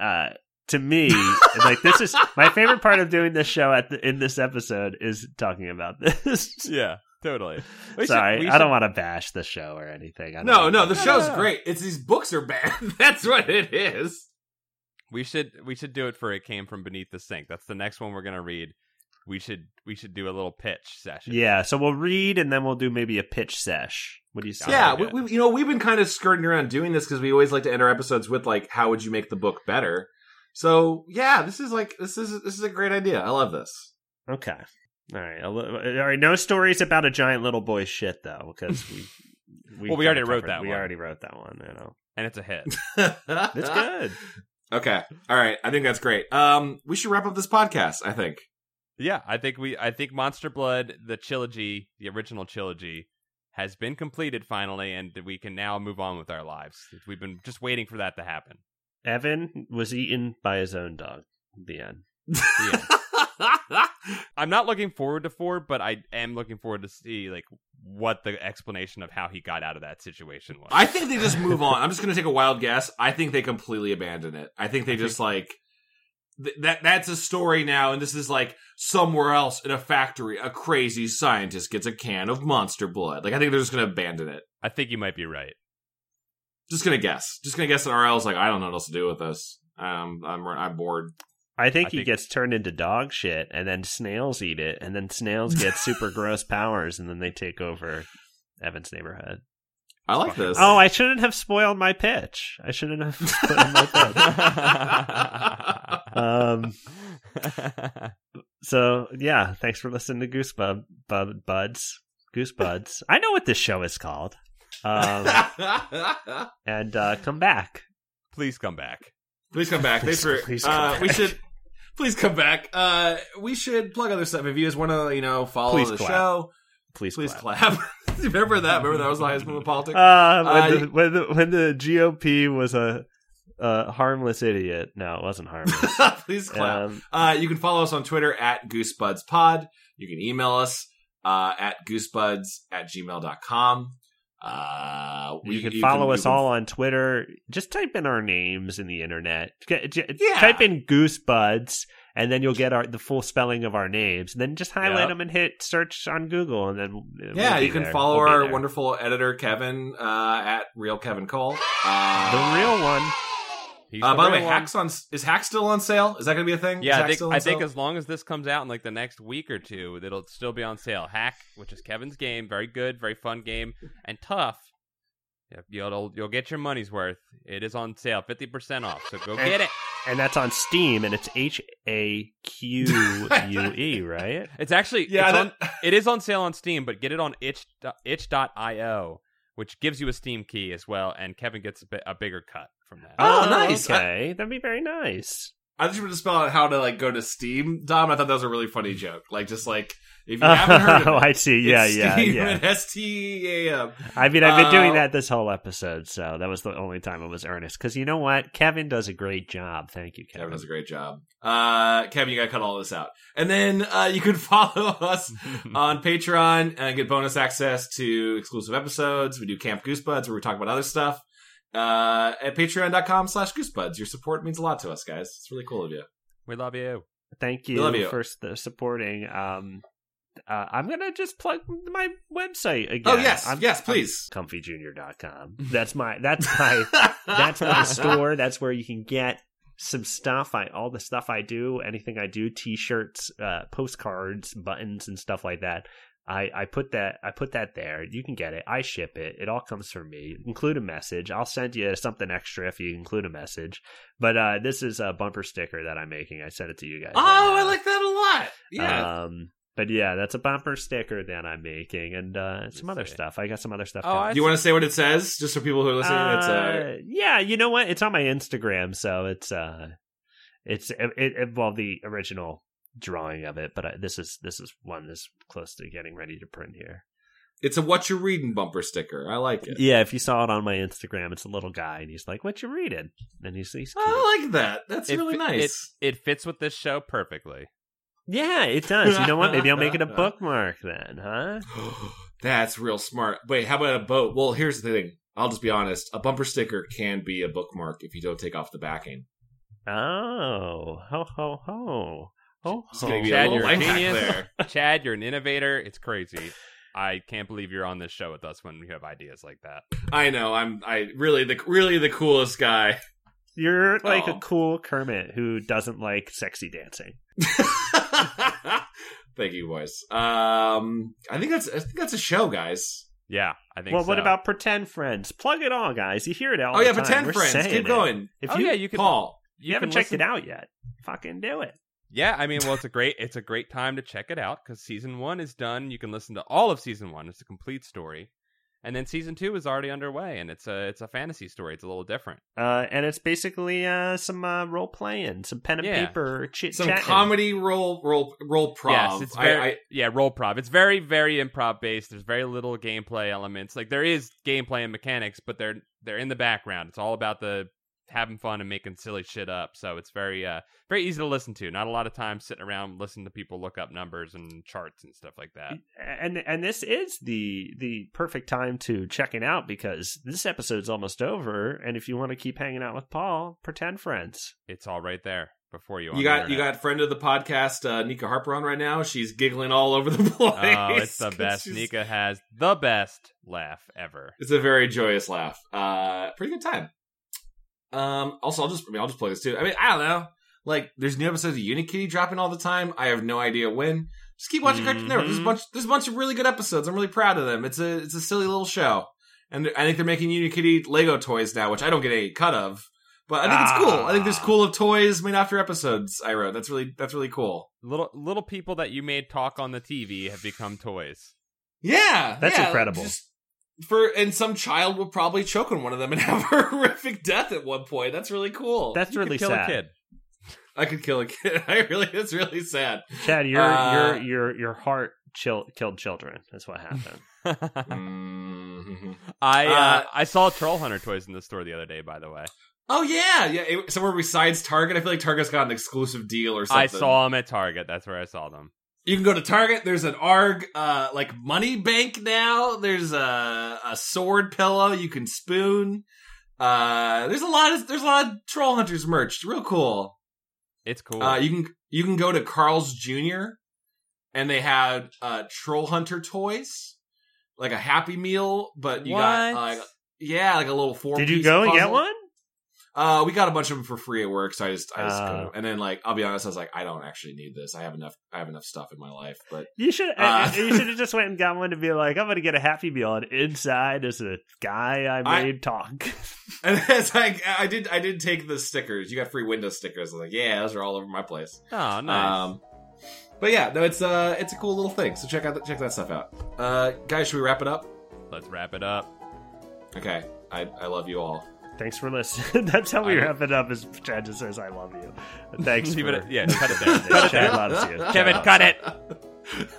C: uh, to me, And, like this is my favorite part of doing this show at the, in this episode is talking about this.
B: Yeah, totally. We should-
C: Sorry,
B: we
C: I don't
B: should-
C: want to bash the show or anything. I don't
A: no, no,
C: know.
A: the
B: No,
A: show's
B: no, no.
A: great. It's these books are bad. That's what it is.
B: We should we should do it for it came from beneath the sink. That's the next one we're gonna read. We should we should do a little pitch session.
C: Yeah, so we'll read and then we'll do maybe a pitch sesh. What do you say?
A: yeah,
B: like
A: we,
B: it.
A: we, you know, we've been kind of skirting around doing this because we always like to end our episodes with like, how would you make the book better? So yeah, this is like this is this is a great idea. I love this.
C: Okay. All right. a li- All right. No stories about a giant little boy shit though, because we.
B: Well, we
C: kinda
B: already wrote
C: covered-
B: that
C: We
B: one.
C: already wrote that one. You know,
B: and it's a hit.
C: it's good.
A: Okay, all right. I think that's great. Um, we should wrap up this podcast. I think.
B: yeah, I think we I think Monster Blood, the trilogy, the original trilogy, has been completed finally, and we can now move on with our lives. We've been just waiting for that to happen.
C: Evan was eaten by his own dog. The end.
B: Yeah. I'm not looking forward to four, but I am looking forward to see like what the explanation of how he got out of that situation was.
A: I think they just move on. I'm just going to take a wild guess. I think they completely abandon it. I think they just like th- that. That's a story now, and this is like somewhere else in a factory. A crazy scientist gets a can of monster blood. Like I think they're just going to abandon it.
B: I think you might be right.
A: Just going to guess. Just going to guess that RL's like I don't know what else to do with this. Um, I'm I'm bored.
C: I think
B: I
C: he
B: think-
C: gets turned into dog shit, and then snails eat it, and then snails get super gross powers, and then they take over Evan's neighborhood.
A: I like this.
C: Oh, I shouldn't have spoiled my pitch. I shouldn't have spoiled my pitch. Um, so yeah, thanks for listening to Goosebub Bub- Buds. Goosebuds. I know what this show is called. Um, and uh, come back.
B: Please come back.
A: Please come back.
C: Please-
A: Thanks for.
C: please
A: uh,
C: come back.
A: We should. Please come back. Uh, we should plug other stuff. If you guys want to, you know, follow
C: Please
A: the
C: clap.
A: show,
C: Please,
A: please
C: clap.
A: clap. Remember that? Remember that was the highest moment of politics.
C: Uh, when,
A: Uh,
C: the, when the when the GOP was a, a harmless idiot. No, it wasn't harmless.
A: please clap.
C: um,
A: Uh, you can follow us on Twitter at GoosebudsPod. You can email us uh, at goosebuds at gmail.com. Uh,
C: you,
A: we-
C: can follow
A: you
C: us
A: can-
C: all on Twitter. Just type in our names in the internet. G- j-
A: Yeah.
C: Type in Goosebuds, and then you'll get our the full spelling of our names. And then just highlight
B: Yep.
C: them and hit search on Google, and then we'll
A: Yeah,
C: be
A: you can
C: there.
A: follow
C: We'll be
A: our
C: there.
A: wonderful editor, Kevin, uh, at Real Kevin Cole. Uh,
C: the real one.
B: He's
A: Uh, by the way,
B: real one.
A: hacks on is hack still on sale? Is that gonna be a thing? Is
B: Yeah,
A: Hack
B: I
A: still
B: think,
A: on
B: I think
A: sale?
B: as long as this comes out in like the next week or two, it'll still be on sale. Hack, which is Kevin's game, very good, very fun game, and tough. Yep, You'll you'll get your money's worth. It is on sale, fifty percent off. So go
C: And-
B: get it.
C: and that's on Steam, and it's H A Q U E, right?
B: It's actually
A: yeah,
B: it's
A: that-
B: on, it is on sale on Steam, but get it on itch itch.io, which gives you a Steam key as well, and Kevin gets a, bi- a bigger cut from that.
A: Oh, nice.
C: Okay, that'd be very nice.
A: I just wanted to spell out how to like go to Steam, Dom. I thought that was a really funny joke. Like just like if you haven't heard
C: oh,
A: of it,
C: I see. Yeah,
A: it's
C: yeah,
A: Steam
C: yeah.
A: at S-T-E-A-M.
C: I mean, I've been
A: Uh,
C: doing that this whole episode, so that was the only time it was earnest. Because you know what, Kevin does a great job. Thank you,
A: Kevin
C: Kevin.
A: does a great job. Uh, Kevin, you gotta cut all this out. And then uh, you can follow us
C: Uh,
A: on Patreon and get bonus access to exclusive episodes. We do Camp Goosebuds where we talk about other stuff. Uh, at patreon.com slash goosebuds. Your support means a lot to us, guys. It's really cool of you.
B: We love you.
C: Thank you,
A: love you.
C: for s- the supporting. Um, uh, I'm gonna just plug my website again.
A: Oh yes,
C: I'm,
A: yes, please.
C: comfyjunior.com. That's my. That's my. that's my store. That's where you can get some stuff. I all the stuff I do, anything I do, t-shirts, uh, postcards, buttons, and stuff like that. I, I put that I put that there. You can get it. I ship it. It all comes from me. Include a message. I'll send you something extra if you include a message. But uh, this is a bumper sticker that I'm making. I sent it to you guys.
A: Oh, I like that a lot. Yeah.
C: Um, But yeah, that's a bumper sticker that I'm making, and uh, some other
B: see.
C: stuff. I got some other stuff.
B: Oh,
C: coming.
B: I
A: Do you want to say what it says, just for people who are listening? it's uh,
C: Uh, yeah, you know what? It's on my Instagram, so it's uh, it's uh, it, it well the original drawing of it, but I, this is this is one that's close to getting ready to print here.
A: it's a what you're reading bumper sticker. I like it.
C: Yeah, if you saw it on my Instagram, it's a little guy, and he's like, "What you reading?" And he's, he's cute.
A: I like that. That's
B: It
A: really
B: fi-
A: nice.
B: It fits with this show perfectly.
C: yeah, it does. You know what? Maybe I'll make it a bookmark then, huh?
A: That's real smart. Wait, how about a boat? Well, here's the thing. I'll just be honest. A bumper sticker can be a bookmark if you don't take off the backing.
C: Oh, ho ho ho. Ho,
A: It's gonna
C: ho.
A: be a
B: Chad,
A: little
B: you're a
A: life hack
B: genius.
A: there.
B: Chad, you're an innovator. It's crazy. I can't believe you're on this show with us when we have ideas like that.
A: I know. I'm. I really the really the coolest guy.
C: You're like
A: Aw.
C: a cool Kermit who doesn't like sexy dancing.
A: Thank you, boys. Um, I think that's I think that's a show, guys.
B: Yeah, I think.
C: Well, what
B: so.
C: about pretend friends? Plug it all, guys. You hear it all.
A: oh yeah,
C: the time.
A: pretend
C: We're
A: friends.
C: saying
A: Keep
C: it.
A: going,
C: If
B: Oh,
C: you,
B: yeah, you can.
A: Paul.
C: you haven't
B: can
C: checked
B: listen-
C: it out yet, fucking do it.
B: Yeah, I mean, well, it's a great it's a great time to check it out because season one is done. You can listen to all of season one; it's a complete story, and then season two is already underway, and it's a it's a fantasy story. It's a little different.
C: Uh, and it's basically uh, some uh, role playing, some pen and
B: Yeah.
C: paper chit
A: Some
C: chat.
A: comedy role role role prov.
B: Yes, it's
A: I-
B: very
A: I-
B: yeah role prov. It's very very improv based. There's very little gameplay elements. Like there is gameplay and mechanics, but they're they're in the background. It's all about the having fun and making silly shit up. So it's very uh very easy to listen to. Not a lot of time sitting around listening to people look up numbers and charts and stuff like that.
C: and and this is the the perfect time to check it out because this episode's almost over. And if you want to keep hanging out with Paul, pretend friends.
B: It's all right there before you. on
A: you
B: the
A: got you
B: internet.
A: got friend of the podcast uh, Nika Harper on right now. She's giggling all over the place.
B: Oh, it's the best.
A: She's-
B: Nika has the best laugh ever.
A: It's a very joyous laugh. Uh, pretty good time. Um, also, I'll just I mean, I'll just play this too. I mean, I don't know. Like, there's new episodes of Unikitty dropping all the time. I have no idea when. Just keep watching Cartoon Network. There's a
C: Mhm.
A: bunch. There's a bunch of really good episodes. I'm really proud of them. It's a it's a silly little show, and I think they're making Unikitty Lego toys now, which I don't get any cut of. But I think it's cool. I think there's
C: Ah.
A: cool of toys made after episodes I wrote. That's really that's really cool.
B: Little little people that you made talk on the TV have become toys.
A: Yeah,
C: That's
A: yeah,
C: incredible.
A: just for and some child will probably choke on one of them and have a horrific death at one point. That's really cool.
C: That's
B: You could
C: really
B: kill
C: sad.
B: a kid.
A: I could kill a kid. I really, that's really sad.
C: Chad, your
A: Uh,
C: your your your heart chill, killed children. That's what happened.
A: Mm.
B: I uh,
A: Uh,
B: I saw Troll Hunter toys in the store the other day. By the way,
A: Oh yeah, yeah. It, somewhere besides Target, I feel like Target's got an exclusive deal or something.
B: I saw them at Target. That's where I saw them.
A: You can go to Target. There's an ARG, uh, like money bank now. There's a, a sword pillow. You can spoon. Uh, there's a lot of there's a lot of troll hunters merch. It's Real cool.
B: It's cool.
A: Uh, you can you can go to Carl's Jr. and they had uh, Troll Hunter toys, like a Happy Meal, but you got
B: What?
A: like yeah, like a little four.
C: Did you
A: piece
C: go and
A: puzzle.
C: get one?
A: Uh, we got a bunch of them for free at work, so I just I just
C: Oh.
A: couldn't. and then like I'll be honest, I was like I don't actually need this. I have enough I have enough stuff in my life, but
C: You should
A: Uh,
C: you should have just went and got one to be like, I'm gonna get a happy meal, and inside is a guy I
A: I-
C: made talk.
A: and it's like I did I did take the stickers. You got free window stickers. I was like yeah, those are all over my place.
B: oh, nice.
A: Um, but yeah, no, it's uh it's a cool little thing. So check out that check that stuff out. Uh, guys, should we wrap it up?
B: Let's wrap it up.
A: Okay. I, I love you all.
C: Thanks for listening. That's how we
B: I-
C: wrap it up. Is Chad just says, "I love you." Thanks.
B: Leave
C: for,
B: it- yeah, cut it there.
C: Chad
B: Cut it there.
C: loves you. Chad
B: Kevin,
C: loves
B: cut it.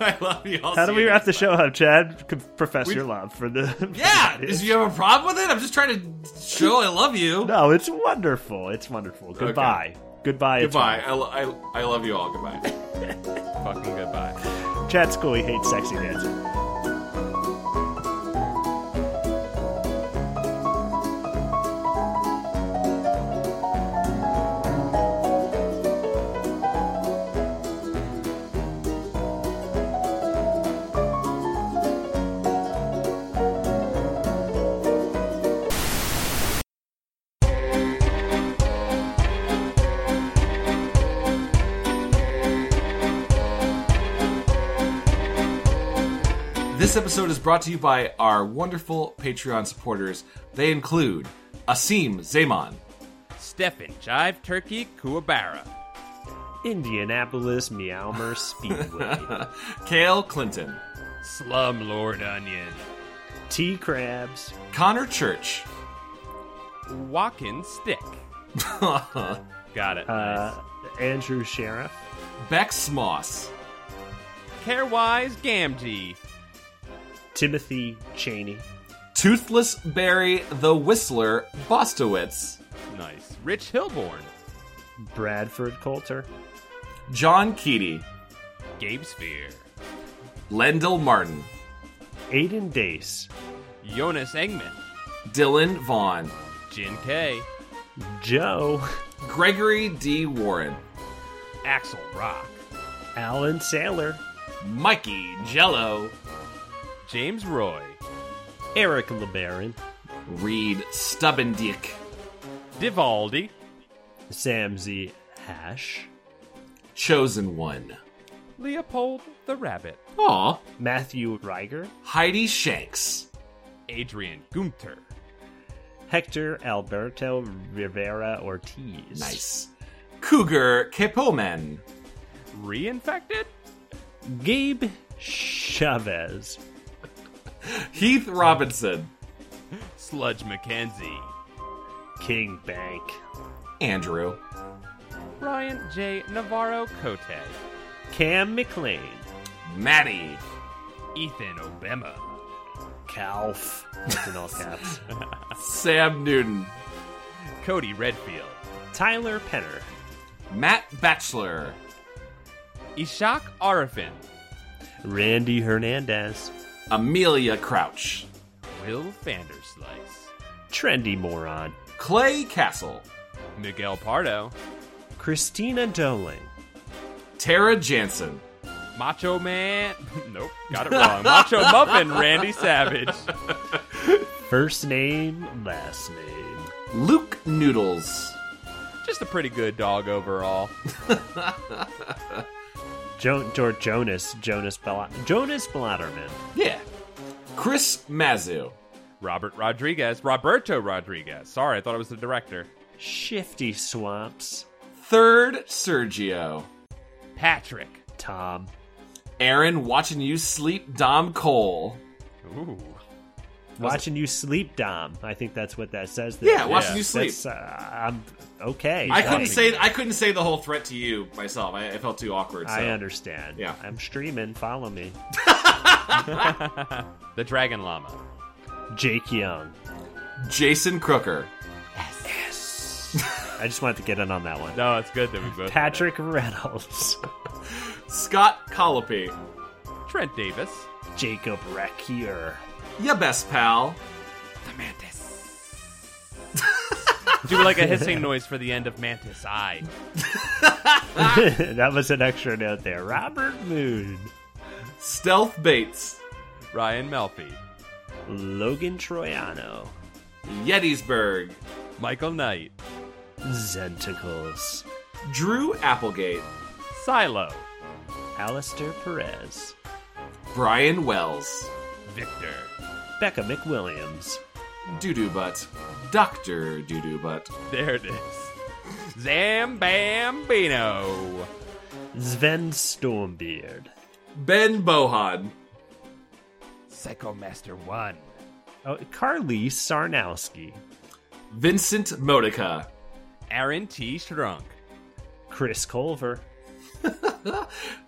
A: I love you all.
C: you. How do
A: See
C: we
A: you
C: wrap the
A: next
C: show up, Chad? C- Profess
A: We-
C: your love for the. for
A: time.
C: the
A: Yeah.
C: audience.
A: Is you have a problem with it? I'm just trying to show I love you.
C: No, it's wonderful. It's wonderful. Goodbye. Goodbye. it's
A: Goodbye. I, lo- I, I love you all. Goodbye.
B: Fucking goodbye.
C: wonderful. Chad's cool. He hates sexy dancing.
A: This episode is brought to you by our wonderful Patreon supporters. They include Asim Zaman,
B: Stefan Jive Turkey Kuwabara,
C: Indianapolis Meowmer Speedway.
A: Kale Clinton,
B: Slumlord Onion.
C: T crabs.
A: Connor Church.
B: Walking stick. Got it.
C: Uh, Andrew Sheriff.
A: Bex Moss.
B: nice. Carewise Gamgee.
C: Timothy Cheney.
A: Toothless Barry the Whistler Bostowitz.
B: Nice. Rich Hilborn.
C: Bradford Coulter.
A: John Keaty.
B: Gabe Spear.
A: Lendl Martin.
C: Aiden Dace.
B: Jonas Engman.
A: Dylan Vaughn.
B: Jin K.
C: Joe.
A: Gregory D. Warren.
B: Axel Rock.
C: Alan Saylor.
A: Mikey Jello.
B: James Roy.
C: Eric LeBaron.
A: Reed Stubbendick.
B: Divaldi.
C: Sam Z. Hash.
A: Chosen One.
B: Leopold the Rabbit.
A: Aw.
C: Matthew Reiger.
A: Heidi Shanks.
B: Adrian Gunther.
C: Hector Alberto Rivera Ortiz.
A: Nice. Cougar Kepoman.
B: Reinfected?
C: Gabe Chavez.
A: Heath Robinson.
B: Sludge McKenzie.
C: King Bank.
A: Andrew.
B: Brian J. Navarro Cote.
C: Cam McLean.
A: Maddie.
B: Ethan Obema.
C: Calf. That's in all caps.
A: Sam Newton.
B: Cody Redfield.
C: Tyler Penner.
A: Matt Batchelor.
B: Ishak Arifin.
C: Randy Hernandez.
A: Amelia Crouch.
B: Will Vanderslice.
C: Trendy Moron.
A: Clay Castle.
B: Miguel Pardo.
C: Christina Doling.
A: Tara Jansen.
B: Macho Man. Nope, got it wrong. Macho Muffin Randy Savage.
C: First name, last name.
A: Luke Noodles.
B: Just a pretty good dog overall.
C: Jo- or Jonas. Jonas Bla- Jonas Blatterman.
A: Yeah. Chris Mazu.
B: Robert Rodriguez. Roberto Rodriguez. Sorry, I thought it was the director.
C: Shifty Swamps.
A: Third Sergio.
B: Patrick.
C: Tom.
A: Aaron watching you sleep Dom Cole.
B: Ooh.
C: Watching you sleep, Dom. I think that's what that says. There.
A: Yeah, watching
B: Yeah,
A: you sleep.
C: That's, uh, I'm okay.
A: I
C: Like,
A: couldn't say I couldn't say the whole threat to you myself. I, I felt too awkward. So.
C: I understand.
A: Yeah.
C: I'm streaming. Follow me.
B: The Dragon Llama.
C: Jake Young.
A: Jason Crooker.
C: I just wanted to get in on that one.
B: No, it's good that we both. did
C: Patrick Reynolds.
A: Scott Colopy.
B: it. Trent Davis.
C: Jacob Rackier.
A: Ya best pal.
B: The Mantis. Do like a hissing noise for the end of Mantis Eye.
A: Ah!
C: that was an extra note there. Robert Moon.
A: Stealth Bates.
B: Ryan Melfi.
C: Logan Troiano.
A: Yettisburg.
B: Michael Knight.
C: Zenticles.
A: Drew Applegate.
B: Silo.
C: Alistair Perez.
A: Brian Wells.
B: Victor.
C: Becca McWilliams.
A: Doodoo Butt. Dr. Doodoo Butt.
B: There it is. Zambambino.
C: Sven Stormbeard.
A: Ben Bohan.
B: Psycho Master 1.
C: Oh, Carly Sarnowski.
A: Vincent Modica.
B: Aaron T. Strunk.
C: Chris Culver.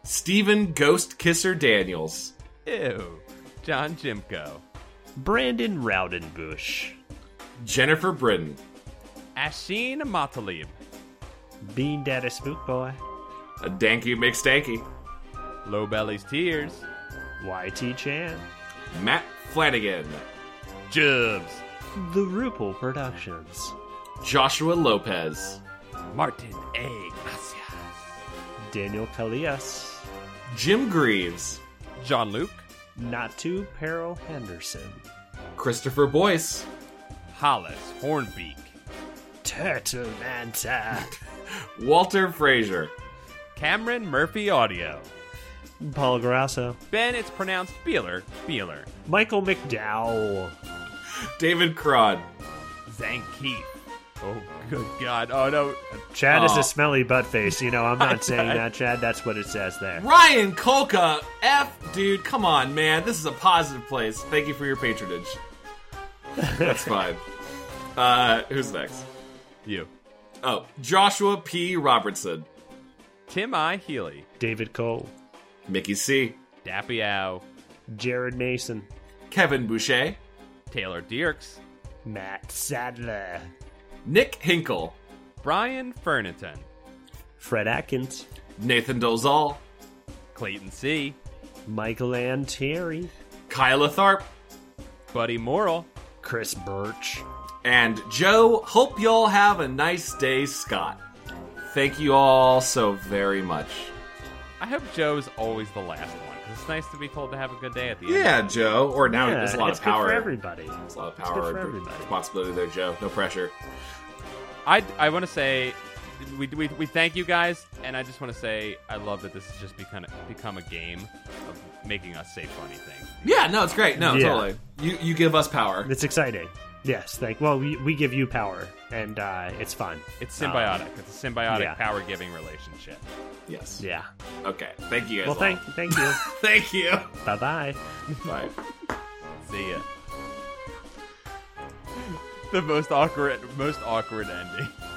A: Stephen Ghost Kisser Daniels.
B: Ew. John Jimko.
C: Brandon Rowdenbush.
A: Jennifer Britton.
B: Ashin Matalib.
C: Bean Daddy Spook Boy.
A: A Danky McStanky.
B: Low Belly's Tears.
C: YT Chan.
A: Matt Flanagan.
B: Jubs.
C: The Ruple Productions.
A: Joshua Lopez.
B: Martin A. Gracias.
C: Daniel Kalias.
A: Jim Greaves.
B: John Luke.
C: Natu Peril Henderson.
A: Christopher Boyce.
B: Hollis Hornbeak.
C: Turtle Manta.
A: Walter Frazier.
B: Cameron Murphy Audio.
C: Paul Grasso.
B: Ben, it's pronounced Beeler. Beeler.
C: Michael McDowell.
A: David Cron.
B: Zankeith. Oh, good God. Oh, no.
C: Chad is
A: Aw.
C: a smelly butt face. You know, I'm not saying
B: God.
C: that, Chad. That's what it says there.
A: Ryan Kolka, F, dude, come on, man. This is a positive place. Thank you for your patronage. That's fine. Uh, who's next?
B: You.
A: Oh, Joshua P. Robertson,
B: Tim I. Healy.
C: David Cole,
A: Mickey C.,
B: Dappy Ow.
C: Jared Mason,
A: Kevin Boucher,
B: Taylor Dierks.
C: Matt Sadler,
A: Nick Hinkle,
B: Brian Fernington.
C: Fred Atkins,
A: Nathan Dozal,
B: Clayton C.
C: Michael and Terry,
A: Kyla Tharp,
B: Buddy Morrill.
C: Chris Birch.
A: and Joe. Hope y'all have a nice day, Scott. Thank you all so very much.
B: I hope Joe's always the last one. 'cause It's nice to be told to have a good day at the end.
A: Yeah, Joe. Or now
C: Yeah,
A: Oh, there's a lot
C: it's
A: of power.
C: good for everybody.
A: There's a lot of
C: It's good
A: power
C: for
A: and
C: everybody.
A: responsibility there, Joe. No pressure.
B: I, I want to say we, we, we thank you guys, and I just want to say I love that this has just become become a game of making us say funny things.
A: Yeah, no, it's great. No,
C: Yeah.
A: totally. You you give us power.
C: It's exciting. Yes, thank. Well, we, we give you power, and uh, it's fun.
B: It's symbiotic. it's a symbiotic
C: yeah.
B: power giving relationship.
A: Yes.
C: Yeah.
A: Okay. Thank you guys.
C: Well,
A: all.
C: thank thank you.
A: thank you.
C: bye bye.
A: Bye.
B: See ya. the most awkward most awkward ending.